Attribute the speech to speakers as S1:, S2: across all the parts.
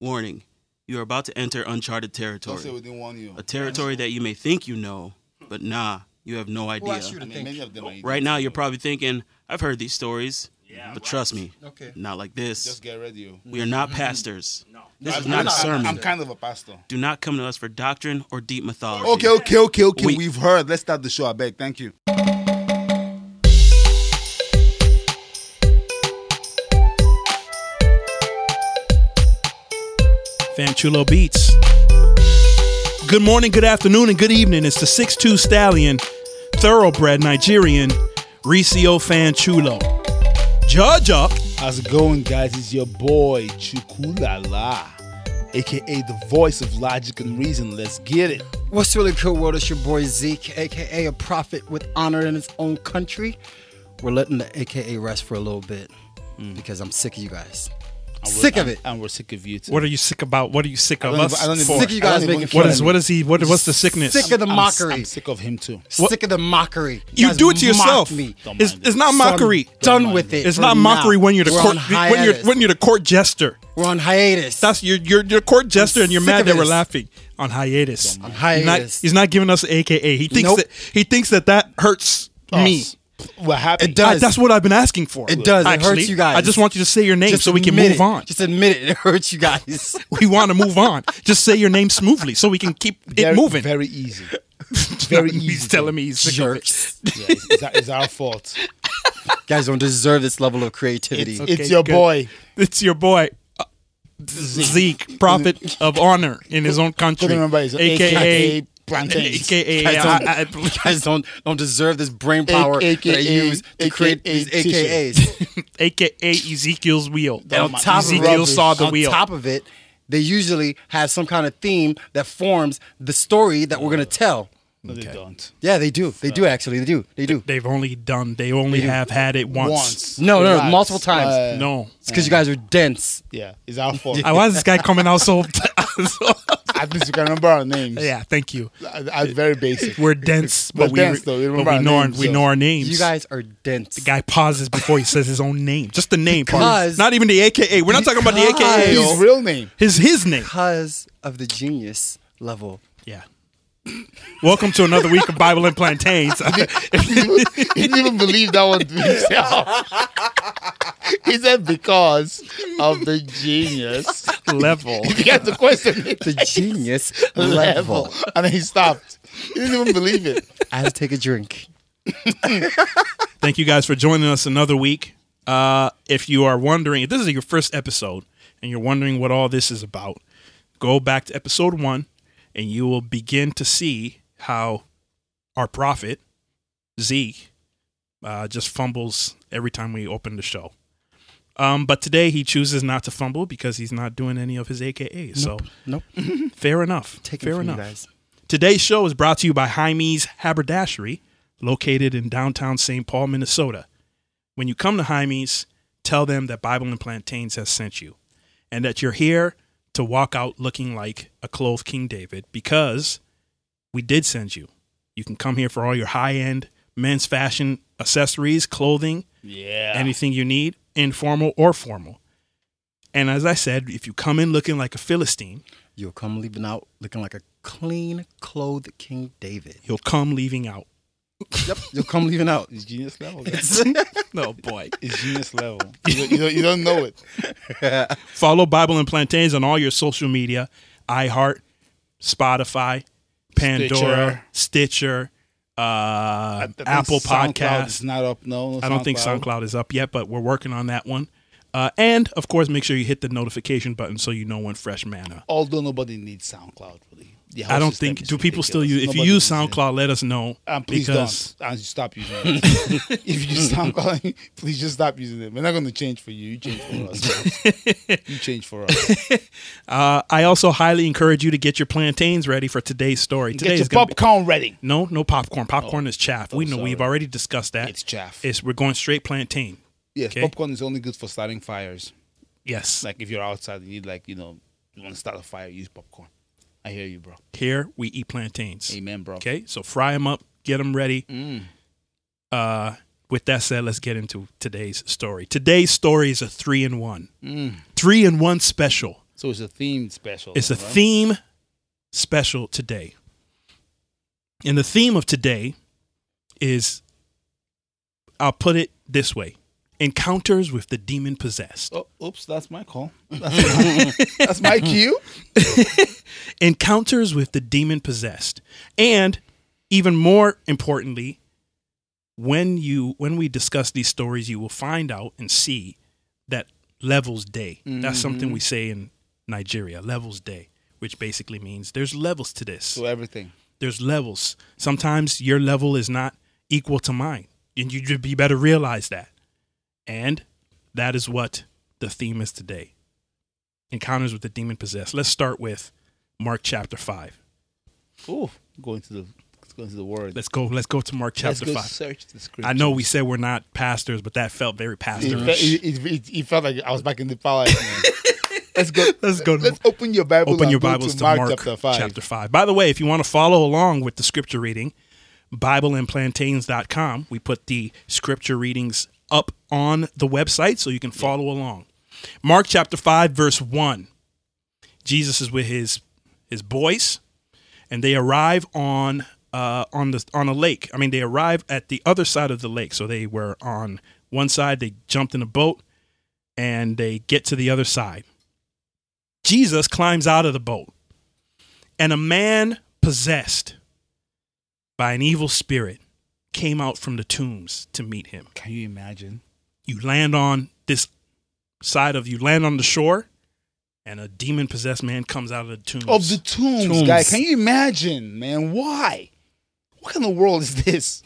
S1: Warning, you are about to enter uncharted
S2: Don't say
S1: territory.
S2: within one year.
S1: A territory that you may think you know, but nah, you have no
S3: Who asked
S1: idea.
S3: you
S2: I
S3: to
S2: mean,
S3: think?
S2: many of them are
S1: Right now, you're probably thinking, I've heard these stories, but trust me,
S3: Okay.
S1: not like this.
S2: Just get ready.
S1: We are not pastors.
S4: No.
S1: This is
S2: I'm-
S1: not
S2: I'm
S1: a sermon.
S2: I'm kind of a pastor.
S1: Do not come to us for doctrine or deep mythology.
S2: Okay, okay, okay, okay.
S1: We-
S2: We've heard. Let's start the show. I beg. Thank you.
S5: Fanchulo Beats. Good morning, good afternoon, and good evening. It's the 6'2 Stallion, Thoroughbred Nigerian, Riccio Fanchulo. Judge up.
S2: How's it going, guys? It's your boy Chukulala, aka the voice of logic and reason. Let's get it.
S3: What's really cool, world? It's your boy Zeke, aka a prophet with honor in his own country. We're letting the AKA rest for a little bit
S5: Mm.
S3: because I'm sick of you guys. Sick of it.
S2: and we're sick of you too.
S5: What are you sick about? What are you sick of
S2: I don't
S5: us
S2: even- I don't even-
S5: for?
S3: Sick of you guys
S2: I don't even
S3: making
S2: care.
S5: What is what is he? What, what's the sickness?
S3: Sick of the
S2: I'm-
S3: mockery.
S2: I'm, sick of him too.
S3: Sick of the mockery.
S5: you
S3: guys
S5: do it to
S3: mock
S5: yourself.
S3: Me.
S2: Don't
S5: It's,
S2: mind
S5: it's
S2: it.
S5: not
S3: So I'm
S5: mockery.
S3: done
S2: mind
S3: with
S2: it.
S3: it.
S5: It's
S3: for
S5: not mockery
S3: now.
S5: when you're the
S3: We're
S5: court
S3: on
S5: when you're
S3: hiatus.
S5: when you're the court jester.
S3: We're on hiatus.
S5: That's your your your court jester, and you're
S3: sick
S5: mad
S3: of
S5: that we're
S3: this.
S5: laughing on hiatus.
S3: On
S5: He's not-
S3: hiatus.
S5: he's not giving us an AKA. He thinks
S3: Nope.
S5: that he thinks that that hurts me.
S2: Us. We're happy.
S3: It does.
S5: I- that's what I've been asking for.
S3: It does. It hurts
S5: actually.
S3: you guys.
S5: I just want you to say your name
S3: Just
S5: so we can
S3: admit
S5: move
S3: it.
S5: on.
S3: Just admit it. It hurts you guys.
S5: we want to move on. Just say your name smoothly so we can keep it
S2: Very-
S5: moving.
S2: Very easy. Very easy.
S5: he's telling me he's sick of it.
S3: Jerks.
S2: Yeah, it's, it's our- it's our fault.
S3: guys don't deserve this level of creativity.
S5: Okay,
S2: it's your
S5: good.
S2: boy.
S5: It's your boy. uh, Zeke. prophet of honor in his own country,
S2: Couldn't remember his
S5: aka,
S2: AKA plantains.
S5: AKA,
S3: Guys
S5: I-
S3: don't,
S5: I-
S3: you guys don't don't deserve this brain power that I
S2: AKA
S3: use to create these
S2: tissue.
S3: AKAs.
S5: AKA Ezekiel's wheel. Oh
S3: and on
S2: my-
S3: top of
S5: Ezekiel
S3: it,
S5: saw the
S3: on
S5: wheel.
S3: top of it, they usually have some kind of theme that forms the story that we're gonna tell.
S2: No, they don't.
S3: Yeah, they do. They do actually. They do. They do.
S5: They've only done. They only have had it once.
S2: Once.
S3: No, no, no,
S2: Relax.
S3: multiple times.
S2: Uh,
S5: No.
S3: It's because you guys are dense.
S2: Yeah, it's our fault.
S5: I, why is this guy coming out so?
S2: At least you can remember our names.
S5: yeah. Thank you.
S2: Uh, That's very basic.
S5: We're dense,
S2: We're
S5: but we,
S2: dense, though. We
S5: but
S2: remember
S5: we
S2: our
S5: know
S2: names,
S5: our, we
S2: so-
S5: know our names.
S3: You guys are dense.
S5: guy pauses before he says his own name, just the name part.
S3: Because-
S5: Not even the AKA. We're not talking about the AKA.
S2: His real name.
S5: His his name.
S3: Because of the genius level.
S5: Yeah. Welcome to another week of Bible and Plantains.
S2: he didn't even believe that one to himself. he said because of the genius.
S5: Level.
S2: He began to question it.
S3: The genius
S2: level.
S3: level.
S2: And then he stopped. He didn't even believe it.
S3: I had to take a drink.
S5: Thank you guys for joining us another week. Uh, if you are wondering, if this is your first episode and you're wondering what all this is about, go back to episode one and you will begin to see how our prophet, Zeke, uh, just fumbles every time we open the show. Um, but today he chooses not to fumble because he's not doing any of his AKAs.
S3: Nope.
S5: So fair enough.
S3: Take it
S5: fair
S3: from
S5: enough.
S3: you guys.
S5: Today's show is brought to you by Jaime's Haberdashery, located in downtown St. Paul, Minnesota. When you come to Jaime's, tell them that Bible and Plantains has sent you and that you're here to walk out looking like a clothed King David because we did send you. You can come here for all your high end men's fashion accessories, clothing,
S2: Yeah.
S5: anything you need, informal or formal. And as I said, if you come in looking like a Philistine,
S3: You'll come leaving out looking like a clean clothed King David.
S5: you'll come leaving out.
S3: Yep. You'll come leaving out.
S2: It's genius level. guys.
S3: It's-
S5: Oh boy.
S2: It's genius level. You don't, you don't, you don't know it.
S5: Follow Bible and Plantains on all your social media iHeart, Spotify, Pandora, Stitcher, uh,
S2: I think
S5: Apple
S2: SoundCloud
S5: Podcasts.
S2: is not up. No,
S5: I don't think SoundCloud is up yet, but we're working on that one. Uh, and of course, make sure you hit the notification button so you know when fresh manna.
S2: Although nobody needs SoundCloud, really. The
S5: I
S2: whole
S5: don't
S2: system
S5: think.
S2: is
S5: Do people still
S2: ridiculous.
S5: use? If you
S2: Nobody
S5: use
S2: needs it.
S5: SoundCloud, let us know.
S2: And please
S5: because
S2: don't. And you stop using it. if you stop calling, please just stop using it. We're not going to change for you. You change for us. man. you change for us.
S5: uh, I also highly encourage you to get your plantains ready for today's story. Today
S2: Get your
S5: is gonna be-
S2: popcorn ready.
S5: No, no popcorn. Popcorn is chaff. we know we've
S2: sorry.
S5: already discussed that.
S2: It's chaff.
S5: It's we're going straight plantain.
S2: yes,
S5: okay.
S2: popcorn is only good for starting fires.
S5: Yes.
S2: Like if you're outside, you need like you know, you want to start a fire, use popcorn. I hear you, bro.
S5: Here we eat plantains.
S2: Amen, bro.
S5: Okay, so fry them up, get them ready.
S2: Mm.
S5: Uh, with that said, let's get into today's story. Today's story is a three in one,
S2: Mm.
S5: three in one special.
S2: So it's a themed special.
S5: It's a
S2: right?
S5: theme special today. And the theme of today is I'll put it this way encounters with the demon possessed.
S2: Oh, oops, that's my call. That's my, that's my cue.
S5: Encounters with the demon possessed. And even more importantly, when you when we discuss these stories, you will find out and see that levels day. That's something we say in Nigeria, levels day, which basically means there's levels to this.
S2: So everything.
S5: there's levels. Sometimes your level is not equal to mine, and you just you better realize that. And that is what the theme is today: encounters with the demon possessed. Let's start with Mark chapter five.
S2: Oh, going to the going to the word.
S5: Let's go. Let's go to Mark
S2: Let's
S5: chapter
S2: go
S5: five.
S2: search the scripture.
S5: I know we said we're not pastors, but that felt very
S2: It,
S5: pastorish.
S2: fe- it, it, it felt like I was back in the power. let's go.
S5: Let's go to-
S2: Let's open your Bible.
S5: Open
S2: and
S5: your
S2: go
S5: Bibles
S2: to,
S5: to
S2: Mark,
S5: Mark,
S2: chapter five.
S5: By the way, if you want to follow along with the scripture reading, BibleandPlantains.com, we put the scripture readings up on the website so you can follow along. Mark chapter 5, verse 1. Jesus is with his his boys, and they arrive on uh, on the on a lake. I mean, they arrive at the other side of the lake. So they were on one side. They jumped in a boat, and they get to the other side. Jesus climbs out of the boat, and a man possessed by an evil spirit came out from the tombs to meet him.
S2: Can you imagine?
S5: You land on this side of you land on the shore, and a demon possessed man comes out of the tombs.
S2: Of the tombs,
S3: Tombs.
S2: guy. Can you imagine, man? Why? What kind of world is this?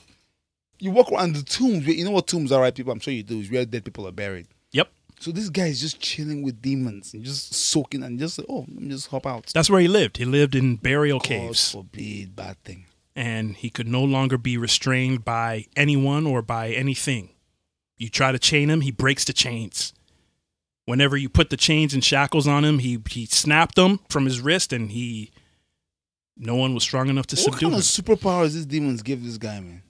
S2: You walk around the tombs. You know what tombs are, right, people? I'm sure you do. It's where dead people are buried.
S5: yep,
S2: So this guy is just chilling with demons and just soaking and just oh, let me just hop out.
S5: that's where he lived. He lived in burial caves.
S2: God forbid, bad thing.
S5: and he could no longer be restrained by anyone or by anything. You try to chain him, he breaks the chains. Whenever you put the chains and shackles on him, he he snapped them from his wrist, and he no one was strong enough to
S2: What
S5: subdue
S2: kind
S5: him.
S2: of superpowers these demons give this guy, man?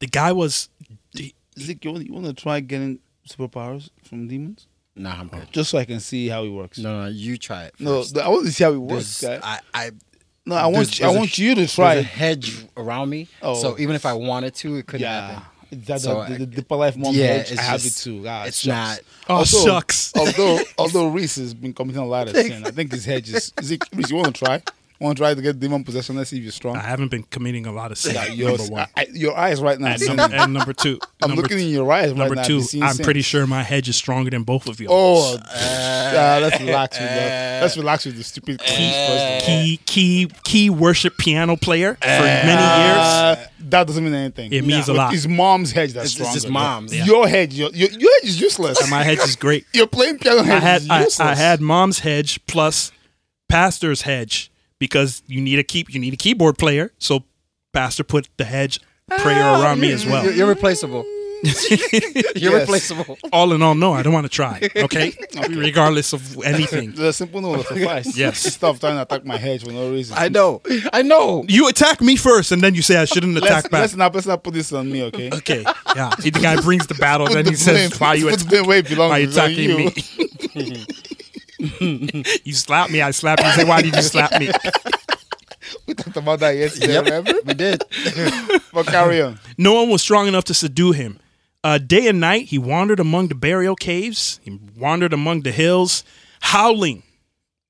S5: the guy was he-
S2: Zeke, you want, you want to try getting superpowers from demons?
S3: Nah, I'm good.
S2: Just so I can see how it works.
S3: Oh. No, no, you try it.
S2: No,
S3: first.
S2: th- I want to see how it
S3: There's-
S2: works, guy.
S3: I, I,
S2: no, I want
S3: there's-
S2: you, I
S3: there's a-
S2: want you to try.
S3: There's a
S2: it.
S3: hedge around me,
S2: Oh.
S3: so even if I wanted to, it couldn't
S2: Yeah,
S3: happen.
S2: that,
S3: So
S2: the,
S3: I-
S2: the, the Deeper life mom
S3: Yeah,
S2: page,
S3: it's
S2: I have
S3: just-
S2: it too. Ah,
S3: it's
S2: shucks.
S5: oh shucks.
S2: although although Reese has been committing a lot of sin, I think his hedge is. Zeke, Reese, you want to try? Want to try to get demon possession? Let's see if you're strong.
S5: I haven't been committing a lot of sin.
S2: Yeah,
S5: number
S2: yours-
S5: one.
S2: I- I- your eyes right now.
S5: And,
S2: saying
S5: num-
S2: that.
S5: and number two,
S2: I'm
S5: number,
S2: looking in your eyes right
S5: number
S2: now. I've
S5: two.
S2: been seeing
S5: I'm
S2: sin.
S5: pretty sure my hedge is stronger than both of you.
S2: Oh,
S3: Uh,
S2: yeah, let's relax with that. Let's relax with the
S3: uh,
S2: stupid keys first.
S5: Key key key worship piano player for many years.
S2: Uh, that doesn't mean anything.
S5: It means a
S2: But
S5: lot.
S2: It's mom's hedge that's
S3: It's-
S2: stronger.
S3: it's just mom's. Yeah.
S2: Your hedge, your, your, your hedge is useless.
S5: my hedge is great.
S2: You're playing piano hedge
S5: I had
S2: is
S5: I,
S2: useless.
S5: I had mom's hedge plus pastor's hedge because you need a keep you need a keyboard player. So pastor put the hedge prayer
S2: Ah,
S5: around me as
S3: You're,
S5: well.
S3: you're replaceable. you're
S2: Yes.
S3: replaceable.
S5: All in all, no, I don't want to try. Okay, regardless of anything.
S2: The simple no will suffice.
S5: Yes.
S2: Stop trying to attack my hedge for no reason.
S3: I know. I know.
S5: You attack me first, and then you say I shouldn't
S2: let's,
S5: attack back.
S2: let's, not, let's not put this on me, okay?
S5: Okay, yeah. The guy brings the battle, then he says, "Why you
S2: put the
S5: attack,
S2: blame where it belongs.
S5: why you
S2: it's on
S5: attacking me?" you slap me, I slap you. you. Say, "Why did you slap me?"
S2: We talked about that yesterday, remember?
S3: We did.
S2: But carry on.
S5: No one was strong enough to subdue him. Uh, day and night, he wandered among the burial caves. He wandered among the hills, howling.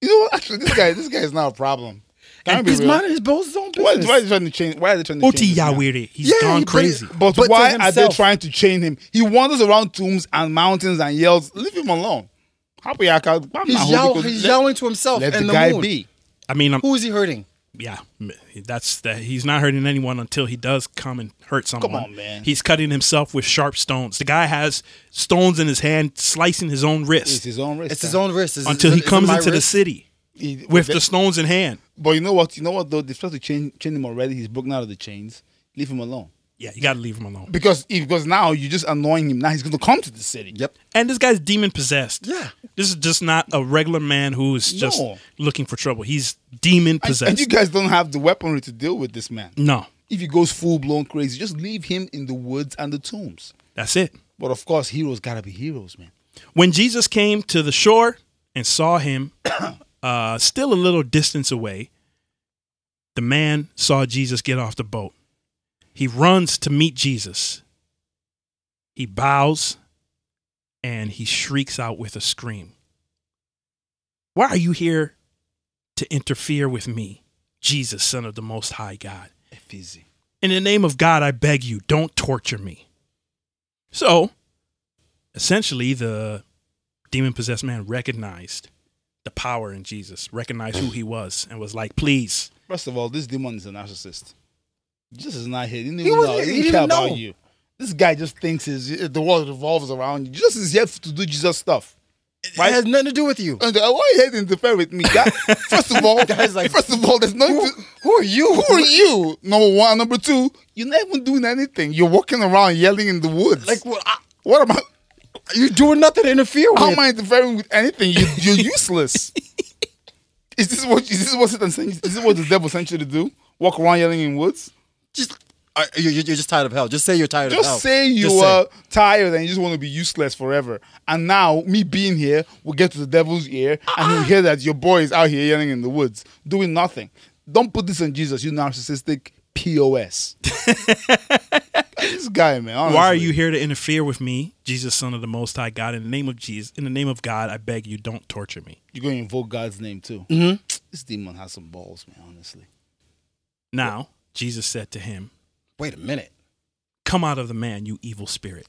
S2: You know what? Actually, this guy, this guy is not a problem. Can I be
S3: He's
S2: real?
S3: minding his bones own
S2: Why,
S3: business.
S2: why are they trying to change? Why are they trying to
S5: Oti
S2: change? this man?
S5: Yawiri. He's
S3: Yeah,
S5: gone
S3: but-
S5: crazy.
S2: But,
S3: But to
S2: why are they
S3: himself.
S2: trying to chain him? He wanders around tombs and mountains and yells, "Leave him alone!" Happy Yaka, I'm not
S3: He's,
S2: holding-
S3: yow- he's yelling to himself
S2: Let
S3: and
S2: the
S3: the,
S2: guy
S3: moon.
S2: be.
S5: I mean, I'm,
S3: Who is he hurting?
S5: yeah, m- that's that. He's not hurting anyone until he does come and hurt someone.
S2: on, man.
S5: He's cutting himself with sharp stones. The guy has stones in his hand, slicing his own
S2: It's
S5: wrist
S2: his own risk.
S3: It's his own wrist. It's-
S5: until
S3: it's-
S5: he
S3: it's
S5: comes
S3: my
S5: into the
S3: wrist.
S5: city
S2: He-
S5: with
S2: but-
S5: the stones in hand.
S2: But you know what? You know what? Though they tried to chain chain him already. He's broken out of the chains. Leave him alone.
S5: Yeah, you got to leave him alone.
S2: Because if, because now you're just annoying him. Now he's going to come to the city.
S3: Yep.
S5: And this guy's demon possessed.
S3: Yeah.
S5: This is just not a regular man who is just
S2: No.
S5: looking for trouble. He's demon
S2: And,
S5: possessed.
S2: and you guys don't have the weaponry to deal with this man.
S5: no,
S2: If he goes full blown crazy, just leave him in the woods and the tombs.
S5: that's it.
S2: But of course, heroes gotta be heroes, man.
S5: When Jesus came to the shore and saw him uh, still a little distance away. The man saw Jesus get off the boat. He runs to meet Jesus. He bows and he shrieks out with a scream Why are you here to interfere with me, Jesus, Son of the Most High God?
S2: Easy.
S5: In the name of God, I beg you, don't torture me. So, essentially, the demon possessed man recognized the power in Jesus, recognized who he was, and was like, please.
S2: First of all, this demon is a narcissist. Jesus is not here. He didn't
S3: He
S2: even
S3: was-
S2: know. He
S3: he
S2: didn't
S3: didn't
S2: care about
S3: know.
S2: you. This guy just thinks his, the world revolves around you. Jesus is here to do Jesus stuff.
S3: It has nothing to do with you.
S2: And uh, why you here to interfere with me? God, first of all,
S3: Guy's like,
S2: first of all, there's nothing.
S3: Who,
S2: to-
S3: who are you?
S2: Who are you? Number one. Number two, you're not even doing anything. You're walking around yelling in the woods.
S3: Like, well, I,
S2: what am I?
S3: you're doing nothing to interfere with.
S2: How am I interfering with anything? You, you're useless. is this what? Is this what? Satan sent- Is this what the devil sent you to do? Walk around yelling in woods?
S3: just, are, you're, you're just tired of hell. Just say you're tired of
S2: Just
S3: hell.
S2: say you
S3: Just say.
S2: are tired and you just want to be useless forever. And now me being here will get to the devil's ear, and he'll hear that your boy is out here yelling in the woods doing nothing. Don't put this on Jesus, you narcissistic pos. this guy, man. Honestly.
S5: Why are you here to interfere with me, Jesus, Son of the Most High God? In the name of Jesus, in the name of God, I beg you, don't torture me.
S2: You're going to invoke God's name too.
S3: Mm-hmm.
S2: This demon has some balls, man. Honestly.
S5: Now, Jesus said to him,
S3: Wait a minute.
S5: Come out of the man, you evil spirit.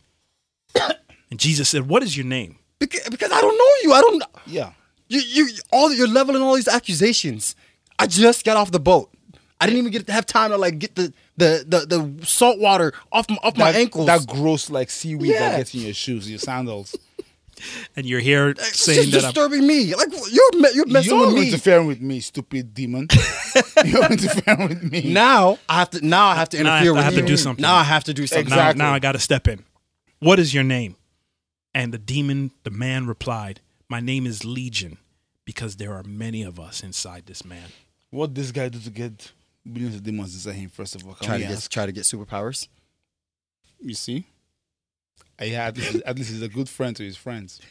S5: and Jesus said, What is your name?
S3: Because, because I don't know you. I don't.
S2: Yeah.
S3: You, you, all you're leveling all these accusations. I just got off the boat. I didn't even get to have time to like get the the the, the salt water off my, off my ankles.
S2: That gross like seaweed that
S3: Yeah.
S2: gets in your shoes, your sandals.
S5: And you're here
S3: it's
S5: saying
S3: Uh, just
S5: that I'm.
S3: disturbing me. Like you're me- you're messing
S2: You're
S3: with me.
S2: interfering with me, stupid demon. You're interfering with me.
S3: now I have to. Now I have to
S5: Now I
S3: interfere
S5: have to- I
S3: with
S5: have to
S3: you.
S5: do something.
S3: Now I have to do something.
S5: Now,
S2: Exactly.
S5: now I got to step in. What is your name? And the demon, the man replied, My name is Legion, because there are many of us inside this man.
S2: What this guy do to get billions of demons inside him? First of all, can
S3: Try
S2: we
S3: to get
S2: ask?
S3: try to get superpowers.
S2: You see, Uh, yeah, at least, at least he's a good friend to his friends.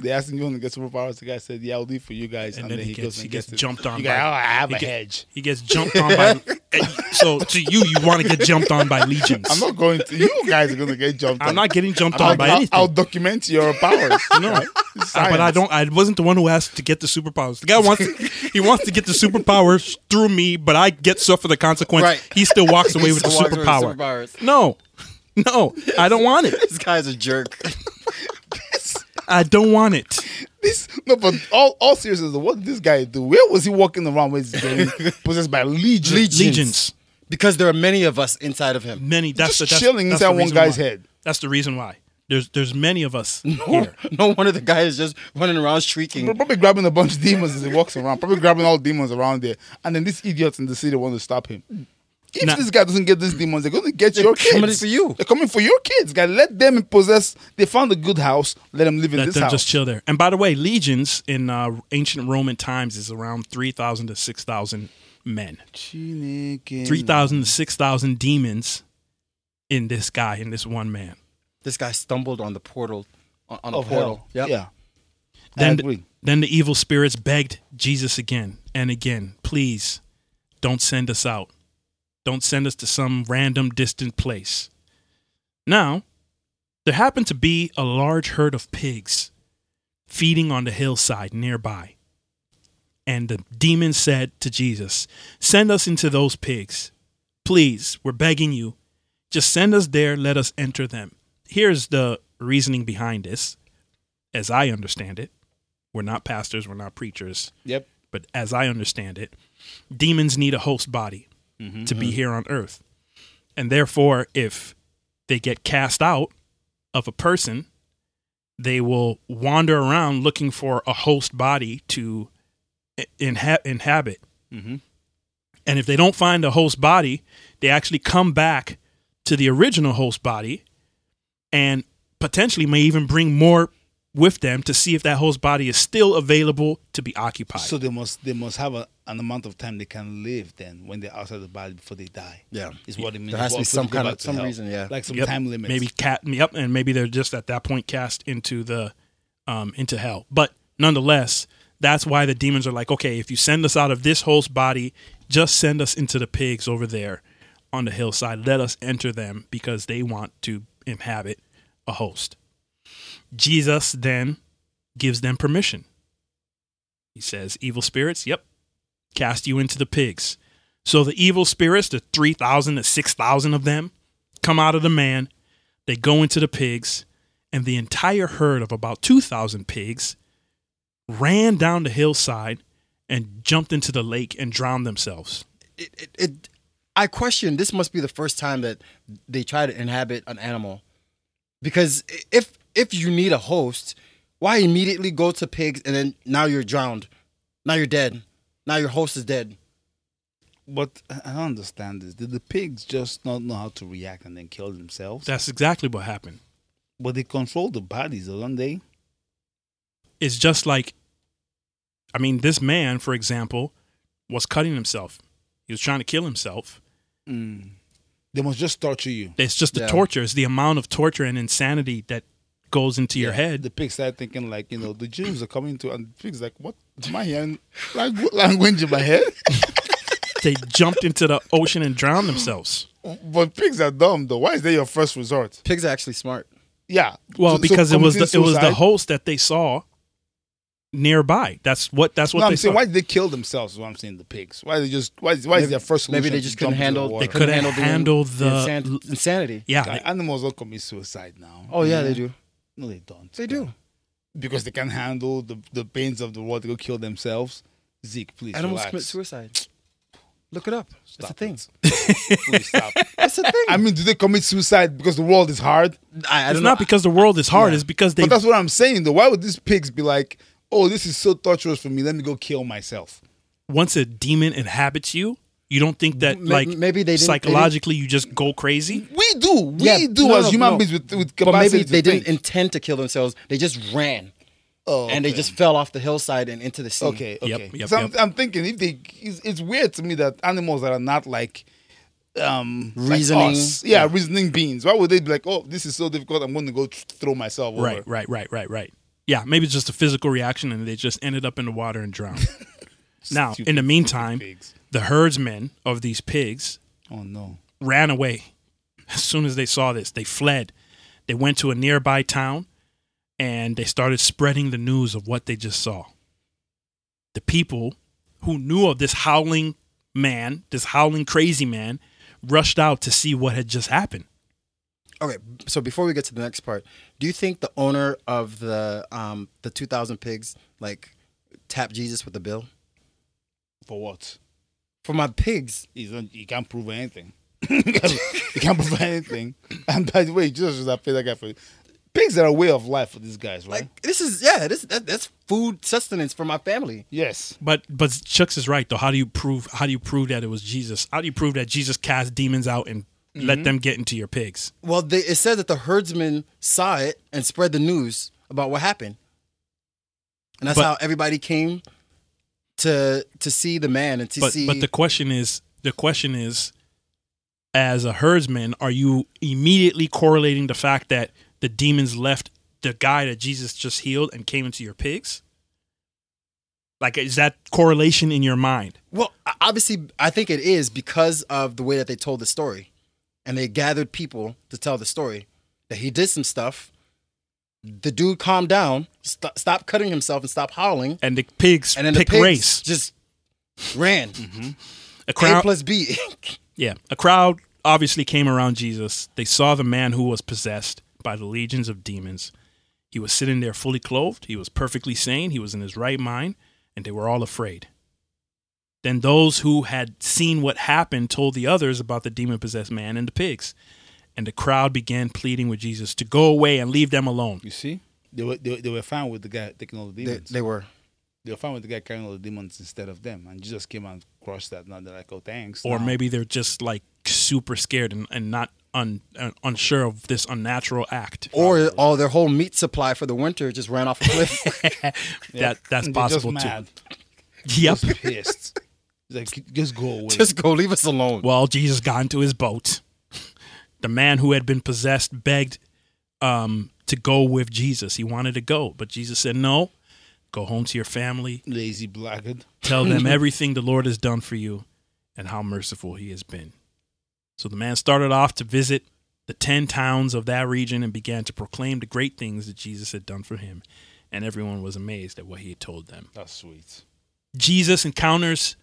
S2: They asked him, "You want to get superpowers?" The guy said, "Yeah, I'll do it for you guys."
S5: And then he gets-
S2: goes
S5: he
S2: and
S5: gets
S2: it.
S5: jumped on
S2: You
S5: by-
S2: guy, oh, I have
S5: he
S2: a
S5: get-
S2: hedge.
S5: He gets jumped on by. and so to you, you want to get jumped on by legions.
S2: I'm not going to. You guys are going to get jumped.
S5: I'm
S2: on.
S5: not getting jumped
S2: I'll,
S5: on by
S2: I'll-
S5: anything.
S2: I'll document your powers.
S5: no,
S2: Right?
S5: Uh, but I
S2: Science.
S5: don't. I wasn't the one who asked to get the superpowers. The guy wants to, he wants to get the superpowers through me, but I get suffer the consequence.
S3: Right.
S5: He still walks away with the
S3: Superpowers or
S5: superpower.
S3: superpowers.
S5: No, no, I don't want it.
S3: This guy's a jerk.
S5: I don't want it.
S2: This no, but all all seriousness. What did this guy do? Where was he walking around when he's getting possessed by legion?
S3: Legions.
S5: Legions.
S3: Because there are many of us inside of him.
S5: Many.
S2: Just
S5: That's the, that's,
S2: chilling
S5: that's
S2: inside
S5: the
S2: one
S5: reason
S2: guy's
S5: why.
S2: head.
S5: That's the reason why. There's there's many of us
S3: No,
S5: here.
S3: no one of the guys just running around shrieking.
S2: Probably grabbing a bunch of demons as he walks around. Probably grabbing all demons around there. And then these idiots in the city want to stop him. If
S5: Nah.
S2: this guy doesn't get these demons, they're going to get your kids.
S3: coming for you.
S2: They're coming for your kids, guy. Let them possess. They found a good house. Let them live in
S5: Let
S2: this
S5: them
S2: house.
S5: just chill there. And by the way, legions in uh, ancient Roman times is around three thousand to six thousand men.
S2: Chineke.
S5: three thousand to six thousand demons in this guy, in this one man.
S3: This guy stumbled on the portal, on, on a
S2: of
S3: portal.
S2: Oh, hell.
S3: Yep.
S2: Yeah. I
S5: Then,
S2: agree.
S5: then the evil spirits begged Jesus again and again, please, don't send us out. Don't send us to some random distant place. Now, there happened to be a large herd of pigs feeding on the hillside nearby. And the demon said to Jesus, Send us into those pigs. Please, we're begging you. Just send us there, let us enter them. Here's the reasoning behind this, as I understand it. We're not pastors, we're not preachers
S2: Yep.
S5: but as I understand it, demons need a host body to be here on earth. And therefore, if they get cast out of a person, they will wander around looking for a host body to i- inha- inhabit.
S2: Mhm.
S5: And if they don't find a host body, they actually come back to the original host body and potentially may even bring more with them to see if that host body is still available to be occupied.
S2: So they must they must have a, an amount of time they can live then when they're outside the body before they die.
S3: Yeah.
S2: Is what it means.
S3: There has to be
S2: Before
S3: some
S2: they go
S3: kind of-
S2: back to
S3: some
S2: hell.
S3: reason, yeah.
S2: Like some
S5: Yep.
S2: time limits.
S5: Maybe cat. Yep, and maybe they're just at that point cast into the um into hell. But nonetheless, that's why the demons are like, okay, if you send us out of this host's body, just send us into the pigs over there on the hillside. Let us enter them because they want to inhabit a host. Jesus then gives them permission. He says, Evil spirits, yep, cast you into the pigs. So the evil spirits, the 3,000 to 6,000 of them, come out of the man. They go into the pigs, and the entire herd of about 2,000 pigs ran down the hillside and jumped into the lake and drowned themselves.
S3: It, it, it, I question. This must be the first time that they try to inhabit an animal, because i- if if you need a host, why immediately go to pigs and then now you're drowned, now you're dead, now your host is dead.
S2: But I I don't understand this. Did the pigs just not know how to react and then kill themselves?
S5: That's exactly what happened.
S2: but they control the bodies, though, don't they?
S5: It's just like, I mean, this man, for example, was cutting himself. He was trying to kill himself.
S2: They must just torture you.
S5: It's just the
S3: Yeah.
S5: torture. It's the amount of torture and insanity that goes into your head.
S2: The pigs started thinking like, you know, the Jews are coming to, and the pigs like, what? Am I hearing like what language in my head?
S5: they jumped into the ocean and drowned themselves.
S2: but pigs are dumb, though. Why is that your first resort?
S3: Pigs are actually smart.
S2: Yeah. So-
S5: Well,
S2: so
S5: because it was the,
S2: committing
S5: it was the
S2: suicide?
S5: host that they saw nearby. That's what that's what
S2: No,
S5: they
S2: I'm saying
S5: saw.
S2: why did they kill themselves? Is what I'm saying. The pigs. Why they just? Why? Is, why is
S3: Maybe-
S2: their first?
S3: maybe
S2: solution
S3: they
S2: to
S3: just couldn't
S2: jump into the
S3: handle-
S5: they
S2: water?
S5: couldn't handle,
S3: The
S5: the,
S3: insan- insanity.
S5: yeah.
S2: Guy-
S5: they-
S2: animals don't commit suicide now.
S3: Oh yeah, they do.
S2: no, they don't.
S3: They do.
S2: because they can't handle the the pains of the world. They go kill themselves. Zeke, please
S3: Animals commit
S2: relax.
S3: suicide. Look it up. it's a
S2: Stop
S3: thing.
S2: it. Please stop.
S3: It's a thing.
S2: I mean, do they commit suicide because the world is hard?
S3: I, I
S5: it's
S3: don't
S5: not
S3: know.
S5: because the world is hard. It's because they
S2: But that's what I'm saying. Though, why would these pigs be like? Oh, this is so torturous for me. Let me go kill myself.
S5: once a demon inhabits you, you don't think that
S3: M-
S5: like
S3: maybe they didn't- they didn't-
S5: psychologically you just go crazy.
S2: We do. We
S3: Yeah,
S2: do
S3: no,
S2: as
S3: no,
S2: human
S3: no.
S2: beings with, with
S3: but
S2: capacity.
S3: maybe
S2: to
S3: they didn't
S2: think.
S3: intend to kill themselves. They just ran
S2: Oh,
S3: and they
S2: okay.
S3: just fell off the hillside and into the sea.
S2: Okay, okay.
S5: Yep, yep,
S2: so I'm,
S5: yep.
S2: I'm thinking if they, it's, it's weird to me that animals that are not like, um, like
S3: Reasoning.
S2: us- yeah, reasoning beings. Why would they be like, oh, this is so difficult, I'm going to go th- throw myself over?
S5: Right, right, right, right, right. Yeah, maybe it's just a physical reaction and they just ended up in the water and drowned. now, in the meantime,
S2: pigs.
S5: the herdsmen of these pigs
S2: Oh no.
S5: ran away. As soon as they saw this, they fled. They went to a nearby town and they started spreading the news of what they just saw. The people who knew of this howling man, this howling crazy man, rushed out to see what had just happened.
S3: Okay. So before we get to the next part, do you think the owner of the um the two thousand pigs like tapped Jesus with the bill
S2: For what?
S3: for my pigs?
S2: He's not, he can't prove anything. he can't prove anything. And by the way, Jesus was afraid that guy for pigs are a way of life for these guys, right?
S3: Like this is yeah this that, that's food sustenance for my family.
S2: yes.
S5: But but Chucks is right though. How do you prove how do you prove that it was Jesus? How do you prove that Jesus cast demons out and let them get into your pigs?
S3: Well, they, it said that the herdsmen saw it and spread the news about what happened, and that's
S5: But-
S3: how everybody came to to see the man and to
S5: But
S3: see.
S5: but the question is the question is as a herdsman, are you immediately correlating the fact that the demons left the guy that Jesus just healed and came into your pigs? Like is that correlation in your mind?
S3: Well, o- obviously, I think it is because of the way that they told the story, and they gathered people to tell the story. That he did some stuff. The dude calmed down, st- stopped cutting himself, and stopped howling.
S5: And the pigs
S3: And then
S5: pick
S3: the pigs
S5: race.
S3: just ran.
S5: A
S3: A
S5: crowd
S3: plus B.
S5: Yeah, a crowd obviously came around Jesus. They saw the man who was possessed by the legions of demons. He was sitting there fully clothed, he was perfectly sane, he was in his right mind, and they were all afraid. Then those who had seen what happened told the others about the demon possessed man and the pigs. And the crowd began pleading with Jesus to go away and leave them alone.
S2: You see? They were they, they were fine with the guy taking all the
S3: they,
S2: demons.
S3: they were.
S2: they were fine with the guy carrying all the demons instead of them. And Jesus came and crushed that. Now they're like, oh, thanks.
S5: Or
S2: Now-
S5: maybe they're just like super scared and, and not un, uh, unsure of this unnatural act.
S3: Or all their whole meat supply for the winter just ran off a cliff.
S5: that that's
S2: They're
S5: possible
S2: just
S5: too.
S2: mad.
S5: Yep.
S2: Just pissed. He's like, just go away.
S3: just go leave us alone.
S5: Well, Jesus got into his boat. The man who had been possessed begged um, to go with Jesus. He wanted to go, but Jesus said, No, Go home to your family.
S2: Lazy blackhead.
S5: Tell them everything the Lord has done for you and how merciful he has been. So the man started off to visit the 10 towns of that region and began to proclaim the great things that Jesus had done for him. And everyone was amazed at what he had told them.
S2: That's sweet.
S5: Jesus encounters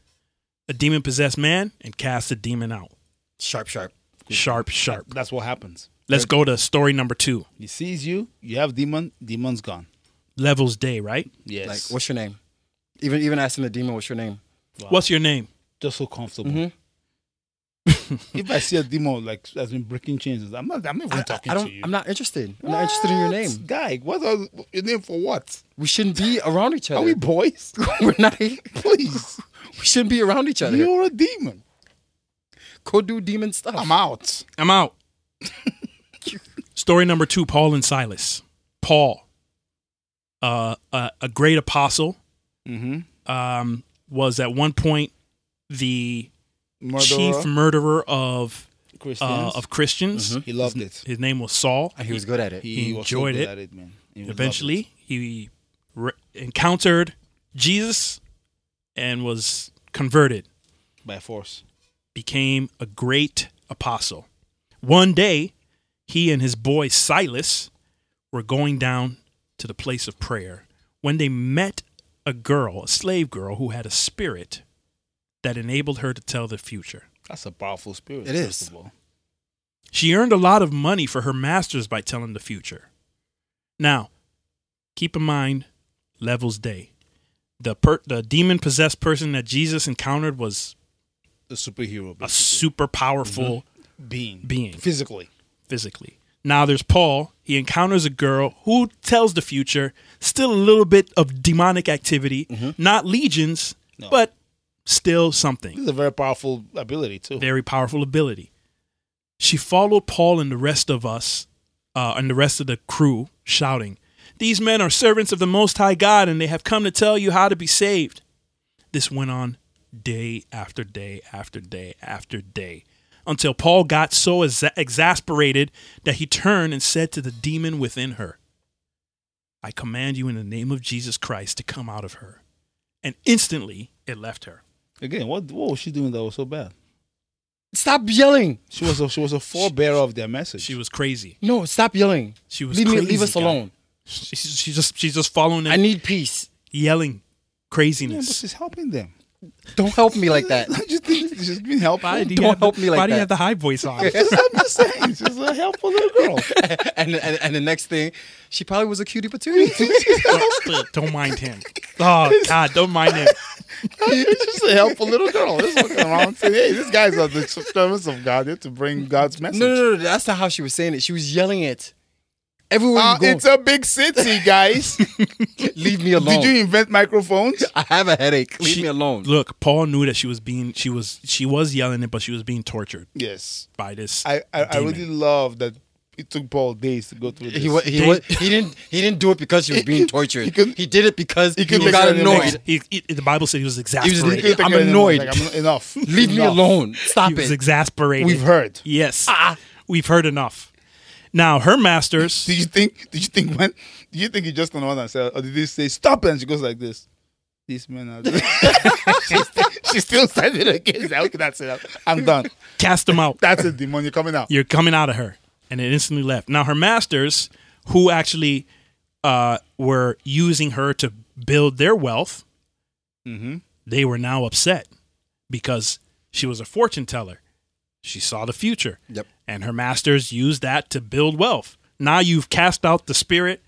S5: a demon possessed man and casts the demon out.
S3: Sharp, sharp.
S5: Sharp, sharp.
S2: That's what happens.
S5: Let's go to story number two.
S2: He sees you. You have demon. Demon's gone.
S5: Levels Day, right?
S2: Yes.
S3: Like, what's your name? Even even asking the demon, what's your name?
S2: Wow.
S5: What's your name?
S2: just so comfortable?
S3: Mhm.
S2: If I see a demon like has been breaking chains, I'm not. I'm not even
S3: I,
S2: talking
S3: I don't.
S2: to you.
S3: I'm not interested. I'm not interested in your
S2: What?
S3: name.
S2: guy. What are, your name for? What
S3: We shouldn't be around each
S2: are
S3: other.
S2: we boys?
S3: we? are not. We
S2: Please,
S3: shouldn't be around each other.
S2: you're a demon.
S3: Go do demon stuff.
S2: I'm out.
S5: I'm out. Story number two Paul and Silas. Paul, uh, a, a great apostle,
S2: Mm-hmm.
S5: um, was at one point the chief murderer of, uh, of Christians.
S2: he loved it.
S5: His name was Saul.
S3: And Ah, he was good at it.
S5: He
S2: was
S5: enjoyed
S2: good
S5: it.
S2: At it man. He loved
S5: Eventually, he re- encountered Jesus and was converted,
S2: it by force.
S5: became a great apostle. One day, he and his boy Silas were going down to the place of prayer when they met a girl, a slave girl, who had a spirit that enabled her to tell the future.
S2: That's a powerful spirit.
S3: It
S2: first
S3: is.
S2: of all.
S5: She earned a lot of money for her masters by telling the future. Now, keep in mind Level's day. The per- the demon possessed person that Jesus encountered was
S2: A superhero.
S5: a
S2: basically.
S5: super powerful
S2: being.
S5: being.
S2: Physically.
S5: physically. Now there's Paul. He encounters a girl who tells the future, still a little bit of demonic activity, not legions,
S2: No.
S5: but still something.
S2: This is a very powerful ability too.
S5: very powerful ability. She followed Paul and the rest of us, uh, and the rest of the crew, shouting, These men are servants of the Most High God, and they have come to tell you how to be saved. This went on day after day after day after day until Paul got so exa- exasperated that he turned and said to the demon within her, I command you in the name of Jesus Christ to come out of her. And instantly it left her.
S2: Again, what what was she doing that was so bad?
S3: Stop yelling.
S2: She was a, she was a forebearer of their message.
S5: She was crazy.
S3: No, stop yelling.
S5: She was
S3: leave me.
S5: crazy,
S3: Leave us
S5: guy.
S3: alone.
S5: She's, she's just she's just following
S3: I
S5: and
S3: need peace.
S5: yelling
S2: yeah, but
S5: craziness.
S2: she's helping them.
S3: Don't help me like that.
S2: Don't you think she's been helpful?
S5: why do you
S3: Don't
S5: have
S3: help
S5: the,
S3: me like
S5: Why do you
S3: that.
S5: have the high voice on?
S2: Yes, I'm just saying, she's a helpful little girl.
S3: and, and and the next thing, she probably was a cutie patootie.
S5: don't mind him. Oh God, don't mind him.
S2: she's a helpful little girl. Just walking around saying, "Hey, these guys are the servants of God. They're to bring God's message."
S3: no, no, no, no, that's not how she was saying it. She was yelling it. Everywhere
S2: Uh,
S3: you go,
S2: it's a big city, guys.
S3: leave me alone.
S2: Did you invent microphones?
S3: I have a headache. Leave
S5: She-
S3: me alone.
S5: Look, Paul knew that she was being she was she was yelling it, but she was being tortured
S2: Yes.
S5: by this.
S2: I I, I
S5: demon.
S2: really love that it took Paul days to go through this.
S3: He wa- he, wa- he didn't he didn't do it because he was being tortured. He,
S2: couldn't-
S3: did it because he,
S2: couldn't make
S3: got
S2: it any
S3: annoyed.
S5: He, he- the Bible said he was
S3: was-
S5: exasperated. He
S2: He
S5: was,
S2: couldn't take
S3: I'm
S2: it anymore. He's
S3: annoyed.
S2: Like, I'm, enough.
S3: Leave me
S2: Enough.
S3: alone. Stop it.
S5: exasperated.
S2: We've heard.
S5: Yes, we've heard enough. Now her masters.
S2: Did you think? Did you think when? Did you think he just turned around and said, or did he say stop? And she goes like this. These men are. she, still, she still said it again. She's like, okay, that's it. I'm done.
S5: cast them out.
S2: That's it. Demon, you're coming out.
S5: you're coming out of her and it instantly left now her masters who actually uh, were using her to build their wealth
S2: Mm-hmm.
S5: they were now upset because she was a fortune teller she saw the future
S3: Yep.
S5: and her masters used that to build wealth now you've cast out the spirit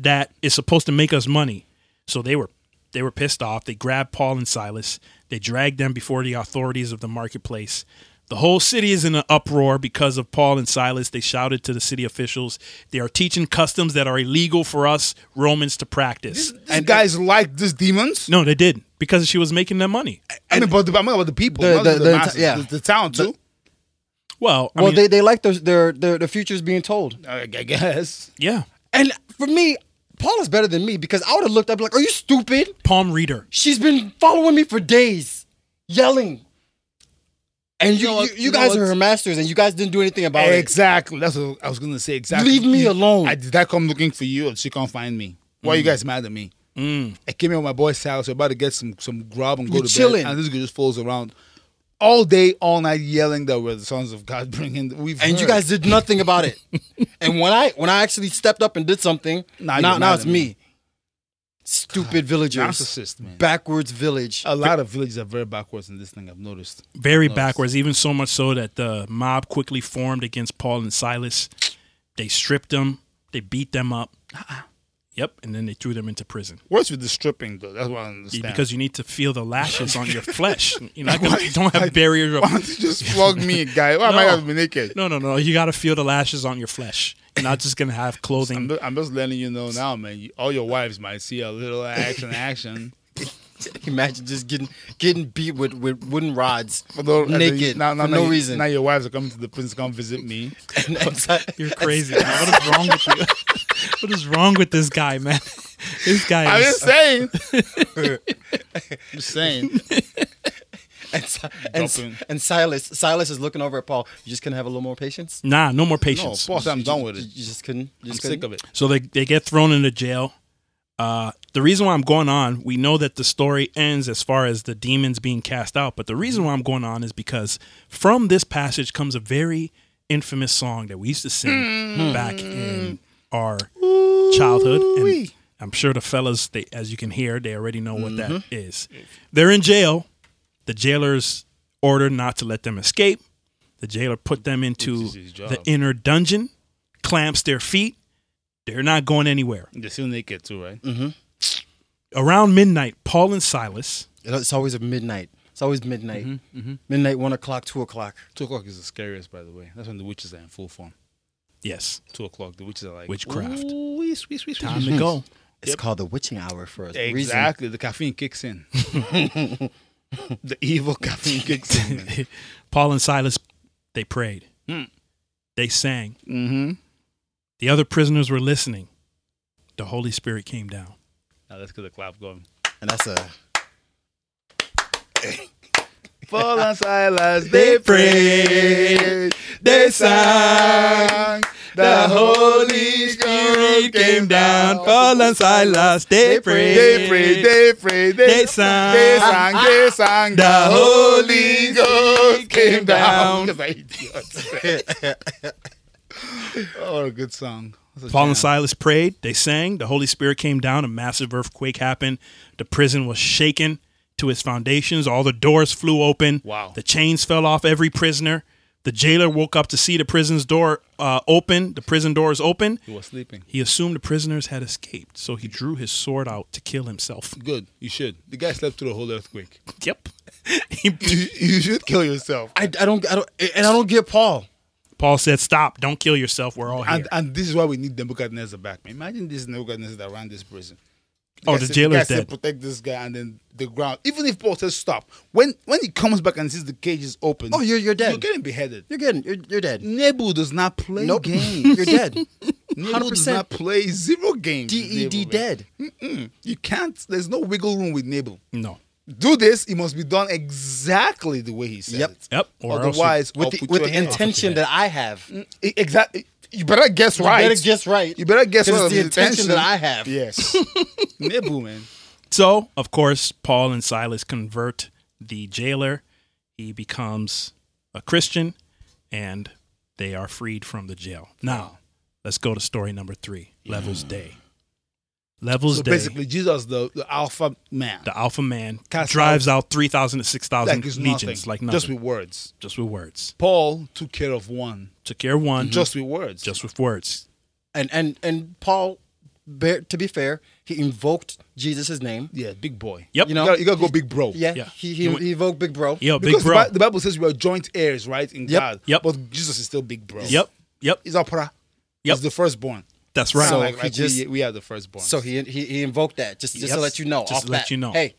S5: that is supposed to make us money so they were they were pissed off they grabbed paul and silas they dragged them before the authorities of the marketplace the whole city is in an uproar because of paul and silas they shouted to the city officials they are teaching customs that are illegal for us romans to practice
S2: These guys like these demons.
S5: no they did because she was making them money
S2: I mean, but the, I'm about the people,
S3: The-
S2: not
S3: the-
S2: the,
S3: the enti-
S2: masses,
S3: yeah.
S2: the, the town too.
S5: well, I
S3: Well,
S5: mean,
S3: they, they like their their their, their futures being told.
S2: I I guess.
S5: yeah
S3: And for me, Paul is better than me because I would have looked up like, "Are you stupid?
S5: palm reader
S3: She's been following me for days, yelling." And you
S2: know what-
S3: you,
S2: you
S3: you
S2: know
S3: guys
S2: what?
S3: are her masters, and you guys didn't do anything about it.
S2: Exactly. That's what I was gonna say. Exactly.
S3: Leave me
S2: You-
S3: alone. Mm.
S2: I, did I come looking for you, and she can't find me? Why you guys mad at me? I came here with my boy Sal, so we're about to get some some grub and go
S3: You're
S2: to
S3: chilling.
S2: bed. And this guy just falls around all day, all night, yelling that we're the sons of God. Bringing the- we've
S3: and you
S2: heard.
S3: guys did nothing about it. and when I when I actually stepped up and did something,
S2: Now
S3: now
S2: you're
S3: now,
S2: mad
S3: it's
S2: at me.
S3: me. Stupid villagers,
S2: narcissist man. Oh.
S3: backwards village.
S2: A lot of villages are very backwards in this thing. I've noticed.
S5: very
S2: Nice.
S5: backwards, even so much so that the mob quickly formed against Paul and Silas. They stripped them, they beat them up. Yep, and then they threw them into prison
S2: What's with the stripping though? That's what I don't understand.
S5: because you need to feel the lashes on your flesh. You know, you don't have barriers.
S2: why
S5: Of,
S2: don't you just flog me, guy? Why am I
S5: No.
S2: going to be naked?
S5: no, no, no. You got to feel the lashes on your flesh. You're not just gonna have
S2: I'm,
S5: clothing.
S2: ju- I'm just letting you know now, man. You, all your wives might see a little action, action.
S3: Imagine just getting getting beat with, with wooden rods,
S2: For no- and then you-
S3: naked
S2: now- now-
S3: for
S2: now
S3: no
S2: you-
S3: reason.
S2: Now your wives are coming to the prince to come visit me.
S3: And outside-
S5: You're crazy. man. What is wrong with you? What is wrong with this guy, man? This guy
S2: I'm just
S5: is
S2: saying. just saying.
S3: and, Si- and,
S2: Dropping.
S3: and Silas Silas is looking over at Paul. You just couldn't have a little more patience.
S5: nah. No more
S2: No,
S5: patience.
S2: boss, I'm done with
S3: You,
S2: it.
S3: you just couldn't. You
S2: I'm
S3: just
S2: sick
S3: couldn't?
S2: of it.
S5: So they, they get thrown into jail. Uh, the reason why I'm going on, we know that the story ends as far as the demons being cast out, but the reason why I'm going on is because from this passage comes a very infamous song that we used to sing
S2: Hmm.
S5: back in our childhood. And I'm sure the fellas, they, as you can hear, they already know what that
S2: Mm-hmm.
S5: is. They're in jail. The jailer's ordered not to let them escape. The jailer put them into
S2: This is his job.
S5: the inner dungeon, clamps their feet. They're not going anywhere.
S2: They're still naked too, right?
S5: Around midnight, Paul and Silas,
S3: It's always at midnight. It's always midnight.
S2: Mm-hmm,
S3: Midnight, one o'clock, two o'clock.
S2: Two o'clock is the scariest, by the way. That's when the witches are in full form.
S5: yes,
S2: Two o'clock, the witches are like
S5: Witchcraft.
S2: "Ooh, wee, sweet, sweet, sweet,
S5: time
S2: sweet,
S5: to go.
S3: It's called the witching hour for a reason.
S2: Exactly. The caffeine kicks in. the evil caffeine kicks in. man.
S5: Paul and Silas, they prayed. They sang.
S2: Mm-hmm.
S5: The other prisoners were listening. The Holy Spirit came down.
S2: Now let's get the clap going.
S3: And that's a
S2: Paul and Silas,
S5: They prayed, they sang,
S2: the
S5: Holy Spirit came down. Paul and Silas, they prayed.
S2: They prayed, they prayed, they,
S5: They sang.
S2: they sang, they sang, the Holy Ghost came
S5: came
S2: down.
S5: down.
S2: Because I idiot. oh, a good song. That's a
S5: Paul and
S2: jam.
S5: Silas prayed, they sang, the Holy Spirit came down, a massive earthquake happened, the prison was shaken to its foundations, all the doors flew open,
S2: Wow.
S5: the chains fell off every prisoner. The jailer woke up to see the prison's door uh, open, the prison doors open.
S2: You were sleeping.
S5: He assumed the prisoners had escaped, so he drew his sword out to kill himself.
S2: Good. You should. The guy slept through the whole earthquake.
S5: Yep. He-
S2: you, you should kill yourself.
S3: I, I don't I don't and I don't get Paul.
S5: Paul said, Stop, don't kill yourself, we're all here.
S2: And, and this is why we need Nebuchadnezzar back. Man. Imagine this Nebuchadnezzar that ran this prison.
S5: oh,
S2: guy
S5: the
S2: said-
S5: jailer's
S2: guy said,
S5: dead.
S2: protect this guy, and then the ground. Even if Paul says stop, when when he comes back and sees the cage is open,
S3: Oh, you're- you're dead.
S2: You're getting beheaded.
S3: You're getting you're, you're dead.
S2: Nebu does not play
S3: Nope.
S2: games.
S3: You're dead.
S2: Nebu does
S3: 100%.
S2: not play zero games.
S3: D E
S2: Nebu,
S3: D
S2: man.
S3: dead.
S2: Mm-mm. You can't. There's no wiggle room with Nebu.
S5: No.
S2: Do this. It must be done exactly the way he said
S3: Yep.
S2: it.
S5: Yep. Or else you-
S2: Otherwise,
S3: With
S2: I'll
S3: the,
S2: put
S3: with
S2: your
S3: the
S2: head off.
S3: intention that I have.
S2: I- Exactly. e, You better guess
S3: You
S2: right.
S3: better guess right.
S2: You better guess
S3: 'Cause
S2: right.
S3: it's
S2: of
S3: the intention that I have.
S2: Yes. Nebu, man.
S5: So, of course, Paul and Silas convert the jailer. He becomes a Christian and they are freed from the jail. Now, let's go to story number three Levels Day. Levels
S2: So
S5: Day,
S2: basically, Jesus, the, the Alpha man.
S5: the Alpha Man,
S2: Cast
S5: drives out 3,000 to 6,000
S2: like it's
S5: legions,
S2: nothing.
S5: like
S2: Just
S5: nothing. Just
S2: with
S5: with,
S2: words.
S5: words.
S2: Paul took care of one.
S5: Took care of one, just,
S2: Mhm. Just with words.
S5: Mm-hmm. just with words.
S3: And and and Paul bear, to be fair, he invoked Jesus' name.
S2: yeah, big boy.
S5: Yep.
S2: You, gotta, you gotta go big bro.
S3: Yeah.
S5: Yeah.
S3: He, he he invoked Big Bro.
S5: Yo,
S2: Because
S5: big
S2: the
S5: bro.
S2: Bi- The, Bible says we are joint heirs, right? In
S3: Yep.
S2: God.
S5: Yep.
S2: But Jesus is still big bro.
S5: yep, yep,
S2: He's opera.
S5: Yep.
S2: He's the firstborn.
S5: that's right.
S2: So
S3: So
S2: like,
S3: he
S2: like we,
S3: just-
S2: we are the firstborn.
S3: So he he, he invoked that just just
S5: Yep.
S3: to let you know.
S5: Just
S3: off
S5: to let
S3: bat.
S5: you know.
S3: Hey,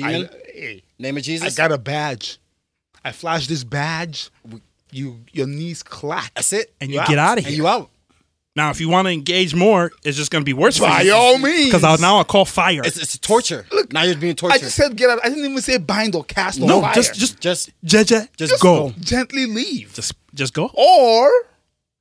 S2: I,
S3: demon,
S2: hey,
S3: name
S2: I
S3: of Jesus.
S2: got a badge. I flashed this badge. You your knees clack.
S3: That's it.
S5: and
S2: you
S5: you get
S2: out.
S5: out of
S3: And
S5: here.
S3: you out.
S5: now, if you want to engage more, it's just going to be worse for
S2: By
S5: you.
S2: all means.
S5: Because I'll now I call fire.
S3: It's it's torture. now you're being
S2: I
S3: tortured.
S2: just said get out. I didn't even say bind or cast
S5: no,
S2: or fire.
S5: just just
S3: just
S5: JJ, just, go.
S2: gently leave.
S5: Just just go.
S2: Or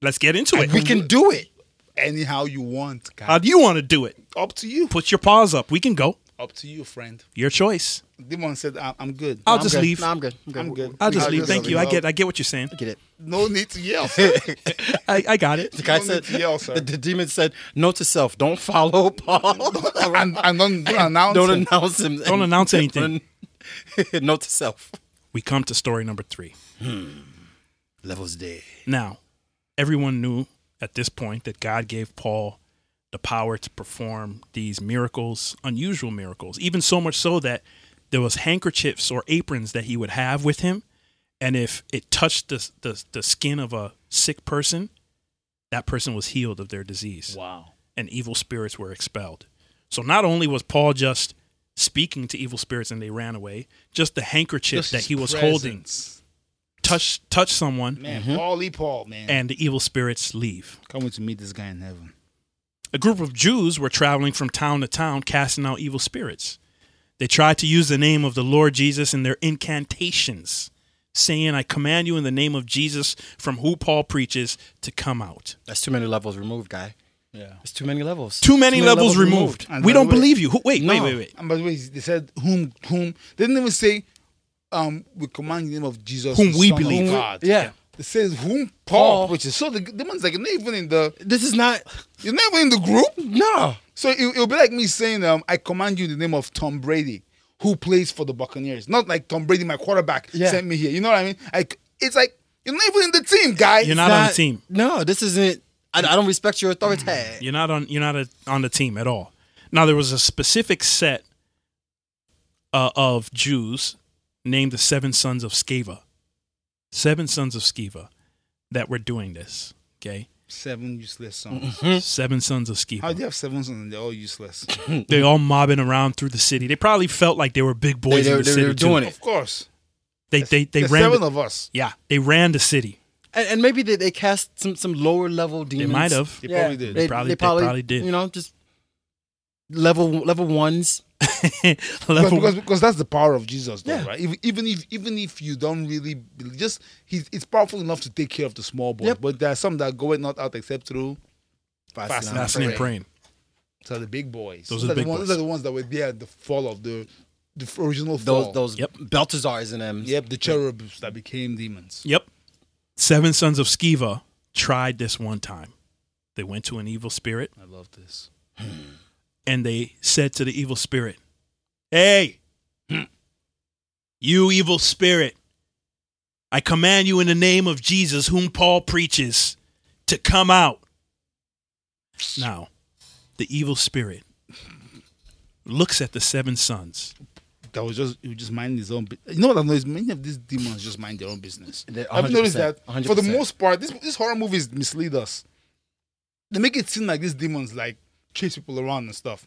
S5: Let's get into it.
S3: we can do it.
S2: anyhow you want. guy.
S5: How do you want to do it?
S2: Up to you.
S5: Put your paws up. We can go.
S2: Up to you, friend.
S5: Your choice.
S2: Demon said, "I- "I'm good.
S5: I'll
S3: I'm
S5: just
S3: good.
S5: leave.
S3: No, I'm good. I'm good.
S2: I'm good.
S5: I'll just
S2: I'll
S5: leave.
S2: just
S5: Thank
S2: leave.
S5: you. I get. I get what you're saying.
S3: Get it.
S2: No need to yell.
S5: I, I got
S3: The
S5: it.
S3: guy
S2: No need
S3: said,
S2: to yell, sir.
S3: the, the demon said, "No to self. Don't follow Paul.
S2: and and don't, don't announce.
S3: Don't
S2: it.
S3: announce him.
S5: Don't announce anything.
S3: no to self.
S5: We come to story number three.
S3: Levels day.
S5: Now, everyone knew at this point that God gave Paul the power to perform these miracles, unusual miracles, even so much so that there was handkerchiefs or aprons that he would have with him, and if it touched the the, the skin of a sick person, that person was healed of their disease,
S4: Wow.
S5: and evil spirits were expelled. So not only was Paul just speaking to evil spirits and they ran away, just the handkerchief
S2: Just
S5: that
S2: his
S5: he was holding
S2: presence.
S5: touched touched someone,
S2: Man, Paulie Paul, man.
S5: and the evil spirits leave.
S2: Coming to meet this guy in heaven.
S5: A group of Jews were traveling from town to town casting out evil spirits. They tried to use the name of the Lord Jesus in their incantations, saying, I command you in the name of Jesus, from who Paul preaches, to come out.
S3: That's too many levels removed, guy.
S2: Yeah.
S3: It's too many levels.
S5: Too many, levels, removed.
S2: And
S5: We
S2: by the
S5: don't
S2: way-
S5: believe you. Who, wait, wait,
S3: No.
S5: wait, wait.
S2: And by the way, they said whom whom they didn't even say um we command in the name of Jesus
S5: Whom
S2: the
S5: we
S2: Son of
S5: believe. Whom we-
S2: God.
S3: Yeah.
S2: It says whom Paul,
S3: Paul.
S2: which is so the demon's like you're not even in the
S3: This is not.
S2: you're not even in the group.
S3: No.
S2: So it, it'll be like me saying um I command you in the name of Tom Brady, who plays for the Buccaneers. Not like Tom Brady, my quarterback,
S3: Yeah.
S2: sent me here. You know what I mean? Like it's like you're not even in the team, guy.
S5: You're not on the team. Mm.
S3: No, this isn't. I, I don't respect your authority.
S5: You're not on. You're not a, on the team at all. Now there was a specific set uh, of Jews named the Seven Sons of Sceva, Seven Sons of Sceva, that were doing this. Okay,
S2: Seven useless sons.
S5: Mm-hmm.
S3: Hmm.
S5: Seven Sons of
S2: How do
S5: Sceva.
S2: you have seven sons and they're all useless?
S5: They all mobbing around through the city. They probably felt like they were big boys
S3: They-
S5: in
S3: they-
S5: the
S3: they-
S5: city.
S3: they were doing
S5: too.
S3: it.
S2: of course.
S5: They they they
S2: There's
S5: ran.
S2: seven
S5: The,
S2: of us.
S5: yeah, they ran the city.
S3: And, and maybe they, they cast some, some lower level demons.
S5: might have.
S2: They probably did.
S5: They probably- they probably did.
S3: You know, just level level ones.
S2: Because,
S5: Level
S2: because, because that's the power of Jesus, though,
S3: Yeah.
S2: right? Even, even if even if you don't really believe, just he's it's powerful enough to take care of the small boys,
S3: Yep.
S2: but there are some that go it not out except through Fasting and
S5: fasting and
S2: pray.
S5: praying.
S2: to the big boys.
S5: Those are the big
S2: ones,
S5: boys.
S2: Those are the ones that were there at the fall of the the f- original fall.
S3: Those those
S5: Yep.
S3: Beltesars in them.
S2: yep, the cherubs that became demons.
S5: Yep. Seven Sons of Sceva tried this one time. They went to an evil spirit.
S2: I love this.
S5: and they said to the evil spirit, Hey, you evil spirit, I command you in the name of Jesus, whom Paul preaches, to come out. Now, the evil spirit looks at the seven sons.
S2: That was just he was just minding his own. bu- You know what I noticed? Many of these demons just mind their own business.
S3: They-
S2: I've noticed
S3: 100%,
S2: that for the
S3: 100%.
S2: most part, this these horror movies mislead us. They make it seem like these demons like chase people around and stuff.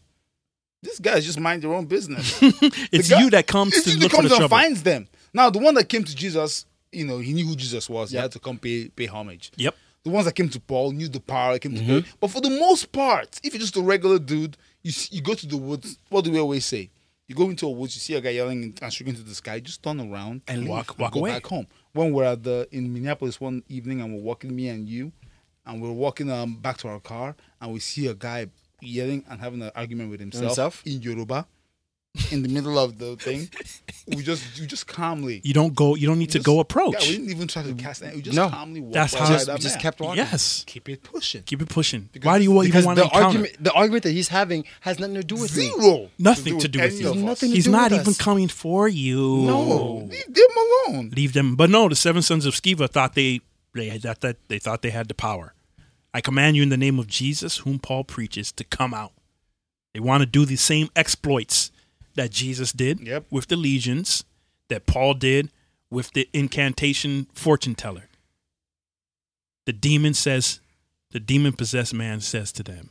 S2: These guys just mind their own business. The
S5: It's
S2: guy-
S5: you that comes
S2: it's
S5: to
S2: you
S5: look
S2: that comes
S5: for the
S2: and
S5: trouble.
S2: finds them. Now the one that came to Jesus, you know, he knew who Jesus was. He had to come pay pay homage.
S5: Yep.
S2: The ones that came to Paul knew the power. Came to
S5: Mm-hmm.
S2: God. but for the most part, if you're just a regular dude, you s- you go to the woods. What do we always say? You go into a woods, you see a guy yelling and- and shooting to the sky. Just turn around
S5: And
S2: leave
S5: walk- walk
S2: go
S5: away.
S2: back home. When we're at the in Minneapolis one evening, and we're walking, me and you, and we're walking um, back to our car, and we see a guy yelling and having an argument with himself,
S3: Himself?
S2: in Yoruba, in the middle of the thing. we just you just calmly.
S5: You don't go you don't need to go
S2: Yeah, we
S5: approach.
S2: didn't even try to cast. any- We just
S3: No.
S2: calmly walked
S5: That's
S2: by
S5: how-
S2: that
S5: Just-
S3: we just
S2: man.
S3: kept walking.
S5: Yes.
S2: keep it pushing.
S5: Keep it pushing. Why do you wa- even
S3: Because
S5: want to
S3: the
S5: encounter?
S3: argument the argument that he's having has nothing to do with me.
S2: Zero.
S5: Nothing to do with
S2: any
S5: you.
S2: of us.
S3: Nothing to
S5: He's
S3: do
S5: not
S3: with
S5: even
S3: us.
S5: coming for you.
S2: No, leave them alone.
S5: leave them. But no, the seven sons of Sceva thought they they had that, that they thought they had the power. I command you in the name of Jesus, whom Paul preaches, to come out. They want to do the same exploits that Jesus did
S2: Yep.
S5: with the legions, that Paul did with the incantation fortune teller. The demon says, the demon possessed man says to them,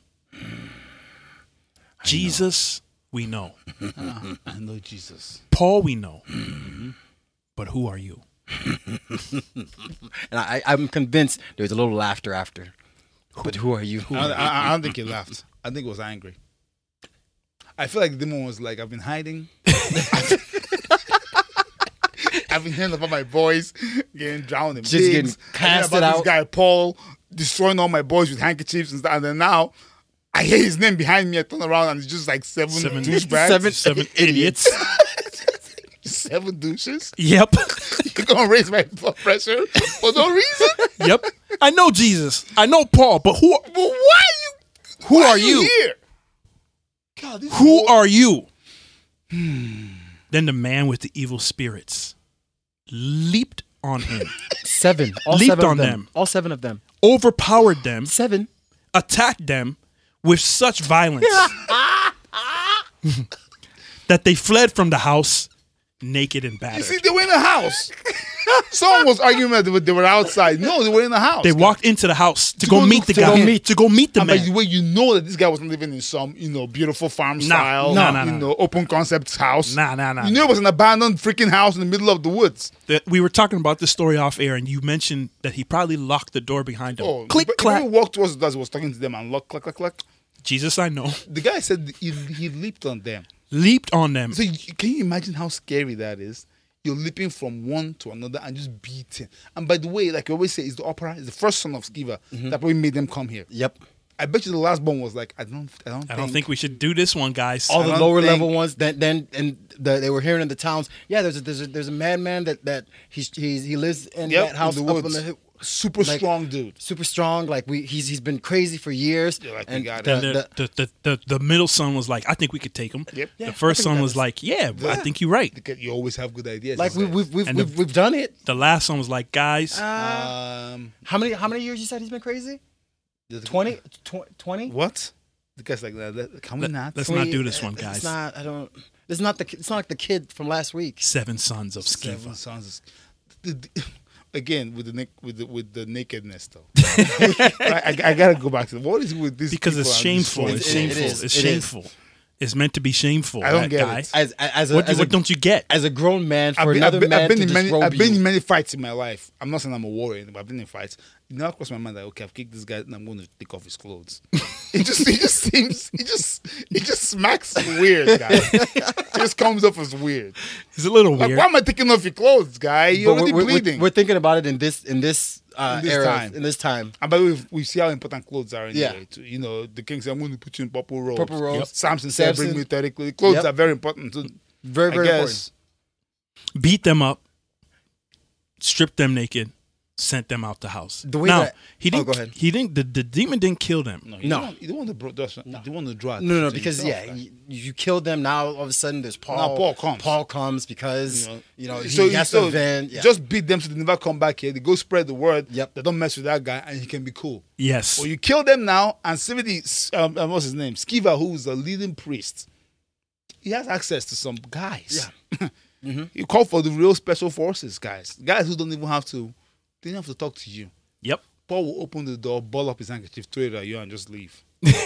S5: Jesus, we know.
S2: I know Jesus.
S5: Paul, we know. But who are you?
S3: And I, I'm convinced there's a little laughter after. But who are you? Who
S2: I
S3: are
S2: don't,
S3: you?
S2: I, I don't think he laughed. I think he was angry. I feel like the demon was like, I've been hiding. I've been hearing about my boys getting drowned in
S3: Just getting
S2: pigs. I heard
S3: casted
S2: about
S3: out.
S2: This guy Paul destroying all my boys with handkerchiefs and stuff. And then now I hear his name behind me. I turn around and it's just like seven,
S5: Seven
S2: douchebags.
S5: Seven, seven idiots.
S2: Seven douches.
S5: yep.
S2: You're gonna raise my blood pressure for no reason.
S5: Yep. I know Jesus. I know Paul, but who
S2: But why are you? Who
S5: are you?
S2: here? God, this
S5: who are you? then the man with the evil spirits leaped on him,
S3: Seven. All
S5: Leaped
S3: seven
S5: on
S3: of them.
S5: them.
S3: All seven of them.
S5: overpowered them,
S3: Seven.
S5: attacked them with such violence that they fled from the house naked and
S2: You
S5: battered.
S2: see, they were in the house. Someone was arguing that they were, they were outside. No, they were in the house.
S5: they walked into the house to,
S2: To
S5: go,
S2: go
S5: meet
S2: look
S5: the
S2: for
S5: guy,
S2: him.
S5: to go meet the
S2: And by the
S5: man.
S2: way, you know that this guy wasn't living in some, you know, beautiful farm style,
S5: nah, nah,
S2: you
S5: nah.
S2: know, open concept house.
S5: Nah, nah, nah,
S2: You knew it was an abandoned freaking house in the middle of the woods.
S5: That- we were talking about this story off air, and you mentioned that he probably locked the door behind him.
S2: Oh,
S5: Click,
S2: but
S5: clack.
S2: He walked towards us, was talking to them, and look, click, click, click.
S5: Jesus, I know.
S2: The guy said he, he leaped on them.
S5: Leaped on them.
S2: So you, can you imagine how scary that is? You're leaping from one to another and just beating. And by the way, like I always say, it's the opera. It's the first son of Skiva that probably made them come here.
S3: Yep.
S2: I bet you the last one was like, I don't, I don't,
S5: I don't think we should do this one, guys.
S3: all
S2: I
S3: the
S2: don't
S3: lower
S2: think-
S3: level ones. Then, then, and the, they were hearing in the towns. Yeah, there's a, there's a, there's a madman that that he's, he's he lives in
S2: Yep,
S3: that house
S2: in the
S3: up
S2: woods.
S3: on the hill.
S2: Super
S3: Like-
S2: strong dude.
S3: super strong. Like we, he's he's been crazy for years.
S2: Yeah, like we
S3: and
S2: got
S3: the,
S2: it.
S5: the,
S3: the-
S5: the, the, the, the middle son was like, I think we could take him.
S2: Yep.
S5: the first son was like, Yeah, I think you're right.
S2: Because you always have good ideas.
S3: like we,
S2: isn't it?
S3: we've we've
S5: And
S3: we've, we've done it.
S5: The Uh, last son was like, Guys,
S2: um,
S3: How many how many years you said he's been crazy?
S2: the-
S3: 20? 20?
S2: What? The guy's like, that. that- can we
S5: Let-
S2: not?
S5: let's not do this one, guys.
S3: It's not. I don't. It's not the. ki- It's not like the kid from last week.
S5: seven sons of
S2: Seven
S5: Sceva.
S2: sons. is- the- the- Again with the nick with the, with the nakedness though. I, I, I gotta go back to the, what is it with this
S5: Because it's shameful. It's,
S3: It- it
S5: shameful.
S3: is.
S5: It's
S3: It is.
S5: shameful. It's meant to be shameful.
S2: I don't
S5: that
S2: get
S5: guy.
S2: it.
S3: As as a,
S5: What, do-
S3: as,
S5: what
S3: a,
S5: don't you get?
S3: as a grown man for
S2: I've been, I've
S3: another
S2: been-
S3: man
S2: I've been
S3: to
S2: in many
S3: disrobe
S2: I've been
S3: you.
S2: in many fights in my life. I'm not saying I'm a warrior, but I've been in fights. You know, across my mind that okay, I've kicked this guy and I'm going to take off his clothes. it just it just seems it just it just smacks weird, guy. it just comes off as weird.
S5: It's a little
S2: Like,
S5: weird.
S2: why am I taking off your clothes, guy? You're
S3: But
S2: already
S3: we're, we're,
S2: bleeding.
S3: we're thinking about it in this in this uh,
S2: In this
S3: era
S2: time.
S3: in this time.
S2: and by the way, we- we see how important clothes are anyway.
S3: Yeah.
S2: too. you know, the king said, "I'm going to put you in purple robes."
S3: Purple robes. Yep.
S2: Samson said, "Bring
S3: Samson.
S2: me thirty clothes." Clothes
S3: Yep.
S2: are very important. So
S3: Very
S2: I
S3: very
S2: guess
S5: Beat them up, stripped them naked, sent them out the house.
S3: The way
S5: now,
S3: that-
S5: he
S3: Oh,
S5: didn't.
S3: go ahead.
S5: He didn't. The, the demon didn't kill them.
S2: no, Oh, you
S3: No.
S2: don't, want- you don't want to draw. that's- You don't want to draw.
S3: No, no,
S2: attention to
S3: because
S2: yourself,
S3: yeah,
S2: guy.
S3: you, you killed them. Now all of a sudden there's Paul.
S2: Paul comes.
S3: Paul comes because
S2: know.
S3: you know he
S2: so you-
S3: has
S2: so
S3: to vent. Yeah.
S2: just beat them so they never come back here. They go spread the word.
S3: Yep.
S2: They don't mess with that guy, and he can be cool.
S5: Yes.
S2: Or you kill them now, and Sividi, um, um, what's his name, Skiva, who is the leading priest, he has access to some guys. Yeah. you call for the real special forces guys, guys who don't even have to, they don't have to talk to you.
S5: yep.
S2: Paul will open the door, ball up his handkerchief, throw it at you, and just leave.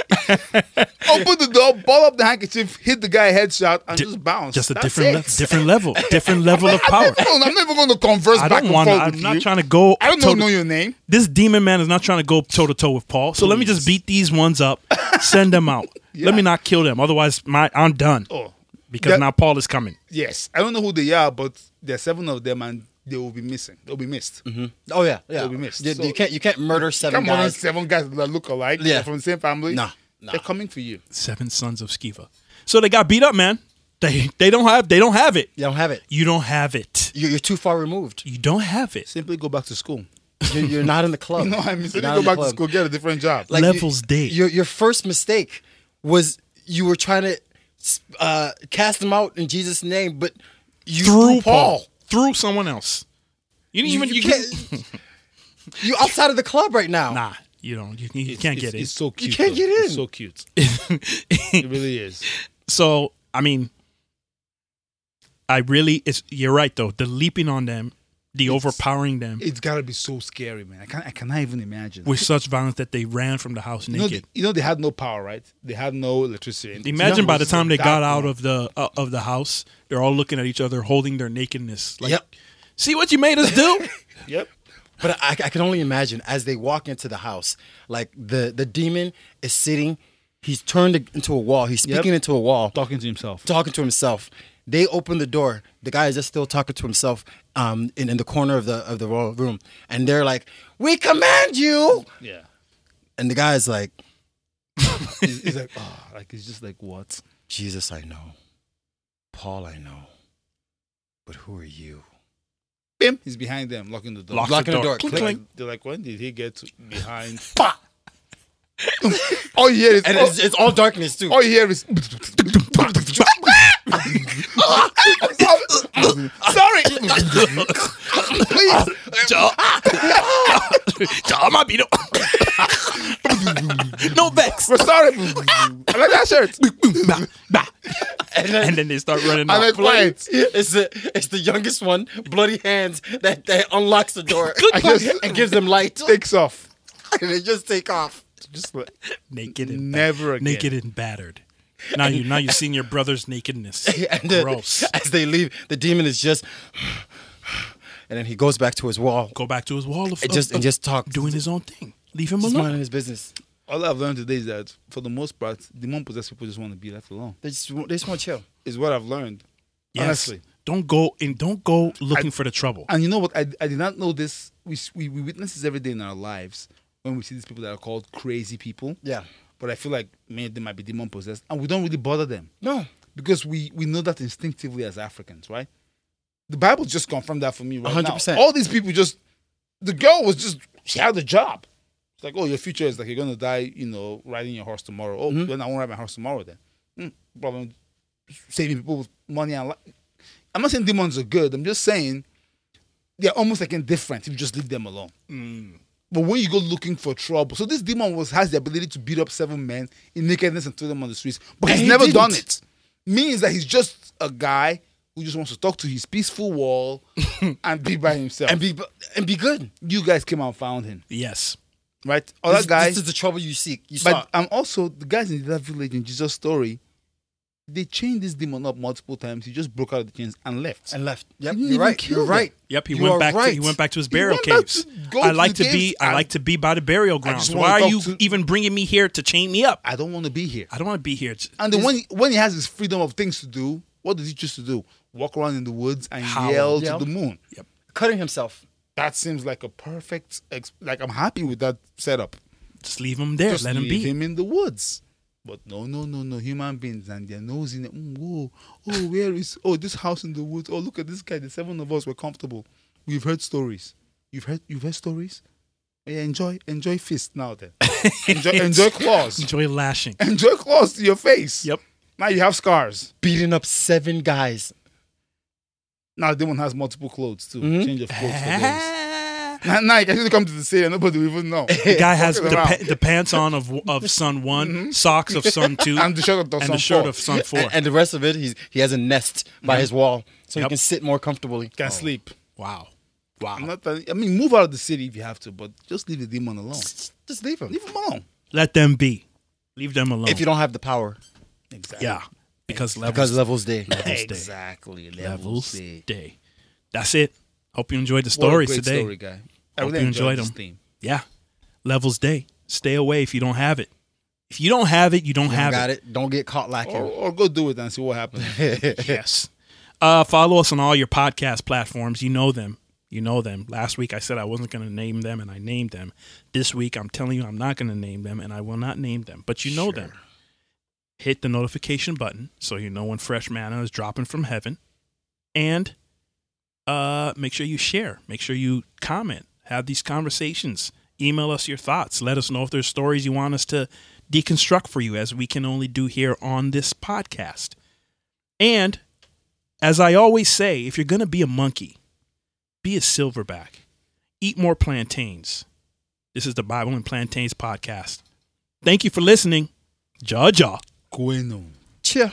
S2: open the door, ball up the handkerchief, hit the guy headshot, and
S5: Di-
S2: just bounce.
S5: Just a
S2: That's
S5: different
S2: it.
S5: le- different level. Different level of power.
S2: No, I'm never going to converse
S5: I
S2: back
S5: don't
S2: and
S5: want.
S2: forth
S5: I'm
S2: with
S5: not
S2: you.
S5: trying to go.
S2: I don't
S5: toe
S2: know,
S5: to-
S2: know your name.
S5: this demon man is not trying to go toe to toe with Paul. So let me just beat these ones up, send them out. Let me not kill them. Otherwise, my I'm done
S2: Oh,
S5: because
S2: That-
S5: now Paul is coming.
S2: yes. I don't know who they are, but there are seven of them, and they will be missing. They'll be missed.
S3: oh yeah, yeah.
S2: They'll be missed.
S3: You,
S2: So-
S3: you can't you can't murder seven
S2: Come on,
S3: guys.
S2: seven Mm-hmm. guys that look alike.
S3: Yeah.
S2: They're from the same family.
S3: Nah, nah.
S2: They're coming for you.
S5: Seven sons of Skeva. So they got beat up, man. They they don't have they don't have it.
S3: You don't have it.
S5: You don't have it.
S3: You're, you're too far removed.
S5: You don't have it.
S2: Simply go back to school.
S3: You're, you're not in the club.
S2: No, I mean,
S3: You're
S2: simply
S3: not
S2: go
S3: in the
S2: back to
S3: club.
S2: school, get a different job.
S3: you-
S5: Levels day.
S3: Your your first mistake was you were trying to uh, cast them out in Jesus' name, but you
S5: Through Paul. Through someone else. You didn't
S3: You,
S5: even
S3: you
S5: you, can't.
S3: can't. Oh. you outside of the club right now.
S5: Nah, you don't. You, you can't
S2: it's,
S5: get
S2: it's
S5: it.
S2: so cute.
S3: can't
S2: though.
S3: get
S2: It's
S3: in.
S2: so cute. it really is.
S5: So I mean, I really. It's you're right though. The leaping on them, the overpowering them.
S2: It's gotta be so scary, man. I can't. I cannot even imagine.
S5: with such violence that they ran from the house
S2: you know,
S5: naked.
S2: they, you know, they had no power, right? They had no electricity. anything.
S5: Imagine
S2: It
S5: by the
S2: was
S5: time they
S2: dark
S5: got out
S2: room.
S5: of the uh, of the house, they're all looking at each other, holding their nakedness. Like,
S3: Yep.
S5: see what you made us do?
S2: Yep.
S3: But I, I can only imagine as they walk into the house, like the the demon is sitting, he's turned into a wall, he's speaking into a wall,
S2: Talking to himself.
S3: talking to himself. They open the door. The guy is just still talking to himself um, in, in the corner of the of the royal room, and they're like, "We command you!"
S4: Yeah.
S3: And the guy is like,
S4: He's, he's like, oh,
S2: "Ah,"
S4: like he's just like, what?
S3: Jesus, I know. Paul, I know. But who are you?
S2: Bim, he's behind them, locking the door.
S5: Lock
S3: Locking
S5: the
S3: the
S5: door.
S3: door.
S5: Clink,
S3: Click.
S5: clink.
S2: They're like, when did he get to behind?
S3: Fuck.
S2: oh, you hear is,
S3: And
S2: oh,
S3: it's, it's all darkness too.
S2: all you hear is. Sorry. Please.
S5: Toma, Vito. no vex.
S2: We're sorry. I like that shirt.
S5: Bah, bah.
S3: Oh. And then,
S5: And then they start running
S2: I
S5: off.
S2: like white.
S3: it's the it's the youngest one, bloody hands, that, that unlocks the door
S2: I just-
S3: and gives them light.
S2: Takes off.
S3: and they just take off.
S2: Just like,
S5: naked and
S2: Never again.
S5: naked and battered. Now you now you're seeing your brother's nakedness.
S3: And then
S5: Gross.
S3: as they leave, the demon is just and then he goes back to his wall.
S5: Go back to his wall of,
S3: And just
S5: of-
S3: and just talk.
S5: doing his own thing. Leave him
S3: just
S5: alone.
S3: minding his business.
S2: all I've learned today is that for the most part, demon possessed people just want to be left alone.
S3: They just wa- they just want to chill.
S2: Is what I've learned.
S5: Yes.
S2: Honestly.
S5: Don't go and don't go looking for the trouble.
S2: And you know what? I, I did not know this. We, s- we, we witness this every day in our lives when we see these people that are called crazy people.
S3: Yeah.
S2: But I feel like many of them might be demon possessed, and we don't really bother them
S3: No.
S2: because we, we know that instinctively as Africans, right? The Bible just confirmed that for me right
S3: 100%.
S2: now. All these people just, the girl was just, she had a job. It's like, oh, your future is like you're going to die, you know, riding your horse tomorrow. Oh,
S3: Mm-hmm.
S2: then I won't ride my horse tomorrow then. Mm, problem saving people with money and li- I'm not saying demons are good. I'm just saying they're almost like indifferent if you just leave them alone.
S3: Mm.
S2: But when you go looking for trouble, so this demon was has the ability to beat up seven men in nakedness and throw them on the streets, but he's
S3: he
S2: never
S3: didn't.
S2: done it. Means that he's just a guy who just wants to talk to his peaceful wall and be by himself.
S3: And be and be good.
S2: you guys came out and found him,
S5: Yes.
S2: right? Other
S3: this,
S2: guys,
S3: this is the trouble you seek. You saw.
S2: but I'm also the guys in that village in Jesus' story. They chained this demon up multiple times. He just broke out of the chains and left.
S3: and left. Yep,
S2: You didn't
S3: you're
S2: even
S3: right.
S2: kill
S3: You're
S2: them.
S3: right.
S5: Yep, he
S3: You
S5: went
S3: are
S5: back to
S3: right.
S5: he went back to his
S2: He
S5: burial
S2: went back
S5: caves.
S2: to go
S5: I
S2: to
S5: like
S2: the
S5: to be
S2: caves
S5: I
S2: and-
S5: like to be by the burial grounds.
S2: just
S5: Why
S2: wanna
S5: are
S2: talk
S5: you
S2: to-
S5: even bringing me here to chain me up?
S2: I don't want to be here.
S5: I don't want to be here.
S2: And then when he, when he has his freedom of things to do, what does he choose to do? Walk around in the woods and
S5: Howl.
S2: yell
S3: Yeah.
S2: to the moon.
S3: Cutting himself.
S2: That seems like a perfect. Ex- like I'm happy with that setup.
S5: Just leave him there.
S2: Just
S5: Let him
S2: leave
S5: be.
S2: him in the woods. But no, no, no, no. Human beings and their nose in it. Mm, whoa, oh, where is? Oh, this house in the woods. Oh, look at this guy. The seven of us were comfortable. We've heard stories. You've heard. You've heard stories. Yeah, enjoy, enjoy fist now then. Enjoy, enjoy claws.
S5: Enjoy lashing.
S2: Enjoy claws to your face.
S5: Yep.
S2: Now you have scars.
S3: Beating up seven guys.
S2: Now demon has multiple clothes too.
S5: Mm-hmm.
S2: Change of clothes for days.
S5: the
S2: Now, now you can actually come to the city and nobody will even know.
S5: guy has
S2: Walking
S5: the,
S2: around. Mm-hmm.
S5: pa- the pants on of of son one, socks of son two,
S2: and the shirt of
S5: and
S2: the
S5: the shirt
S2: four.
S5: of son four. Mm-hmm.
S3: And, and the rest of it, he's, he has a nest by his wall so
S5: Yep.
S3: he can sit more comfortly.
S2: can sleep.
S5: wow,
S2: I'm
S5: wow.
S2: not. telling- I mean, move out of the city if you have to, but just leave the demon alone.
S3: Just leave him.
S2: Leave him alone.
S5: Let them be. Leave them alone.
S3: If you don't have the power.
S2: Exactly.
S5: yeah, because levels
S3: Because levels day.
S5: levels day.
S2: Exactly.
S5: levels
S2: Levels.
S5: day.
S2: day.
S5: That's it. Hope you enjoyed the
S2: What a
S5: stories
S2: great
S5: today.
S2: Story, guy. I
S5: Hope
S2: really
S5: you
S2: enjoyed,
S5: enjoyed
S2: this
S5: them.
S2: theme.
S5: Yeah, levels day. Stay away if you don't have it. If you don't have it, Oh. you don't have
S3: Got it. Don't get caught
S2: Or,
S3: lacking.
S2: or go do it and see what happens.
S5: Yes. Uh, follow us on all your podcast platforms. You know them. You know them. Last week I said I wasn't going to name them, and I named them. This week I'm telling you I'm not going to name them, and I will not name them. But you know them. Hit the notification button so you know when fresh manna is dropping from heaven, and uh, make sure you share. Make sure you comment. Have these conversations. Email us your thoughts. Let us know if there's stories you want us to deconstruct for you, as we can only do here on this podcast. And as I always say, if you're going to be a monkey, be a silverback. Eat more plantains. This is the Bible and Plantains podcast. Thank you for listening. Ja ja.
S2: Bueno.
S3: Cheer.